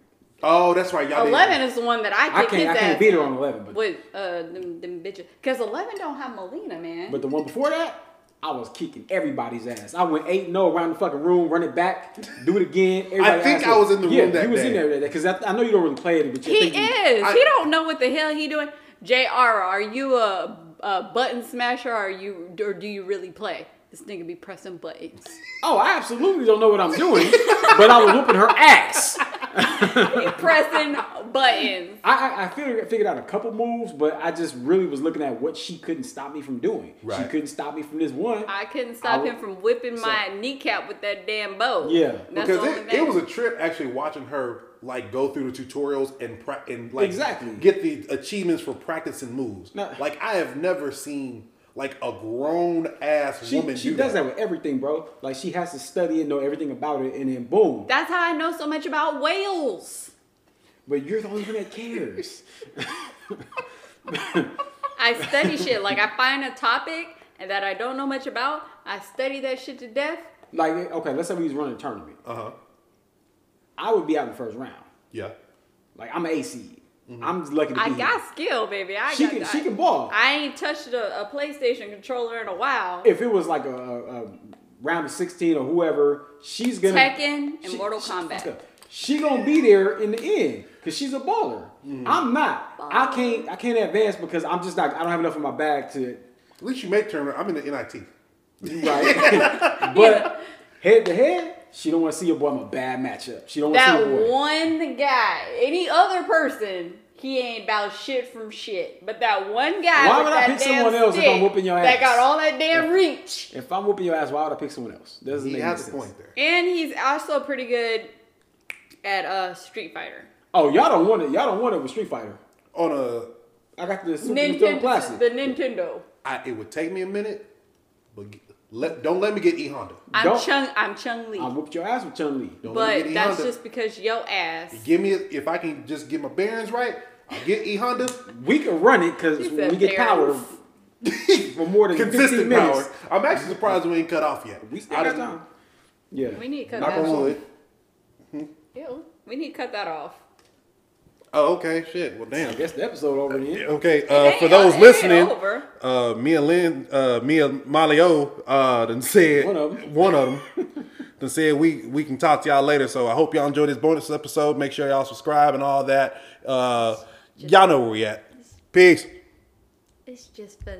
Speaker 1: Oh, that's right. Y'all did.
Speaker 2: eleven is the one that I
Speaker 3: I
Speaker 2: kick his
Speaker 3: can't I
Speaker 2: ass
Speaker 3: can't beat her on 11, but
Speaker 2: with uh them, them bitches. Because eleven don't have Melina, man.
Speaker 3: But the one before that, I was kicking everybody's ass. I went 8 0 around the fucking room, run it back, do it again. Everybody
Speaker 1: think
Speaker 3: ass
Speaker 1: I was in the room
Speaker 3: yeah,
Speaker 1: that
Speaker 3: you was
Speaker 1: day.
Speaker 3: in there that day because I, I know you don't really play it, but you
Speaker 2: he
Speaker 3: think you-
Speaker 2: is.
Speaker 1: I-
Speaker 2: he don't know what the hell he doing. Jr. Are you a, a button smasher? Or are you or do you really play? This nigga be pressing buttons.
Speaker 3: Oh, I absolutely don't know what I'm doing, but I was whooping her ass.
Speaker 2: He pressing buttons.
Speaker 3: I, I, I figured, figured out a couple moves, but I just really was looking at what she couldn't stop me from doing. She
Speaker 1: Right.
Speaker 3: couldn't stop me from this one.
Speaker 2: I couldn't stop
Speaker 3: I-
Speaker 2: him from whipping my kneecap with that damn bow.
Speaker 3: Yeah,
Speaker 2: That's
Speaker 1: because
Speaker 2: the only
Speaker 1: it,
Speaker 2: thing.
Speaker 1: it was a trip actually watching her like go through the tutorials and pra- and like
Speaker 3: Exactly.
Speaker 1: get the achievements for practicing moves.
Speaker 3: No.
Speaker 1: Like I have never seen like a grown ass
Speaker 3: she,
Speaker 1: woman.
Speaker 3: she
Speaker 1: do
Speaker 3: does that. with everything, bro. Like she has to study and know everything about it, and then boom.
Speaker 2: That's how I know so much about whales.
Speaker 3: but you're the only one that cares.
Speaker 2: I study shit. Like I find a topic and that I don't know much about. I study that shit to death.
Speaker 3: like, okay, let's say we was running a tournament.
Speaker 1: Uh huh.
Speaker 3: I would be out in the first round.
Speaker 1: Yeah.
Speaker 3: Like I'm an AC. seed.
Speaker 1: Mm-hmm.
Speaker 3: I'm just lucky to be.
Speaker 2: I
Speaker 3: here.
Speaker 2: got skill, baby. I
Speaker 3: She
Speaker 2: got
Speaker 3: can-
Speaker 2: that.
Speaker 3: she can ball.
Speaker 2: I ain't touched a, a PlayStation controller in a while.
Speaker 3: If it was like a, a, a round of sixteen or whoever, she's gonna
Speaker 2: Tekken and Mortal Kombat.
Speaker 3: fuck up. She, gonna be there in the end because she's a baller.
Speaker 1: Mm-hmm.
Speaker 3: I'm not. I can't. I can't advance because I'm just not. I don't have enough in my bag to.
Speaker 1: At least you make Turner. I'm in the NIT.
Speaker 3: Right. but head to head, she don't want to see your boy. I'm a bad matchup. She don't want to see
Speaker 2: that
Speaker 3: your boy.
Speaker 2: one guy, any other person, he ain't about shit from shit. But that one guy.
Speaker 3: Why
Speaker 2: with
Speaker 3: would I
Speaker 2: that
Speaker 3: pick
Speaker 2: damn
Speaker 3: someone else if
Speaker 2: stick
Speaker 3: I'm whooping your
Speaker 2: That
Speaker 3: ass?
Speaker 2: got all that damn
Speaker 3: Yeah.
Speaker 2: reach,
Speaker 3: If I'm whooping your ass, why would I pick someone else? Doesn't
Speaker 1: He
Speaker 3: make any
Speaker 1: has a
Speaker 3: sense.
Speaker 1: point there.
Speaker 2: and he's also pretty good at uh Street Fighter.
Speaker 3: Oh, y'all don't want it. Y'all don't want it with Street Fighter.
Speaker 1: On a,
Speaker 3: I got the Super Nintendo
Speaker 2: Nintendo,
Speaker 3: Classic.
Speaker 2: the Nintendo.
Speaker 1: I, it would take me a minute, but g- let don't let me get E Honda.
Speaker 2: I'm
Speaker 3: Don't-
Speaker 2: Chung. I'm Chung Lee.
Speaker 3: I whooped your ass with Chun Li.
Speaker 1: Don't let me
Speaker 2: but
Speaker 1: get E
Speaker 2: that's
Speaker 1: Honda.
Speaker 2: just because yo ass.
Speaker 1: give me if I can just get my bearings right. I'll get E Honda
Speaker 3: We can run it because
Speaker 2: He
Speaker 3: when
Speaker 2: said
Speaker 3: we get power
Speaker 2: Barry's.
Speaker 3: for more than fifteen
Speaker 1: consistent
Speaker 3: minutes,
Speaker 1: power. I'm actually surprised we ain't cut off yet.
Speaker 3: we still
Speaker 1: I
Speaker 3: got
Speaker 1: don't-
Speaker 3: time. Yeah,
Speaker 2: We need to cut
Speaker 1: Knock
Speaker 2: that
Speaker 1: on
Speaker 2: off.
Speaker 1: wood.
Speaker 2: Ew. We need to cut that off.
Speaker 1: Oh, okay. Shit. Well,
Speaker 3: I
Speaker 1: damn.
Speaker 3: guess the episode over then.
Speaker 1: Okay, uh,
Speaker 2: Hey,
Speaker 1: for those
Speaker 2: uh, hey,
Speaker 1: listening,
Speaker 2: over.
Speaker 1: uh, Mia Lynn, uh, Mia Malio, uh, done said
Speaker 3: One of 'em.
Speaker 1: One of them. done said we we can talk to y'all later. So I hope y'all enjoy this bonus episode. Make sure y'all subscribe and all that. Uh, y'all know where we at. Peace.
Speaker 4: It's just for the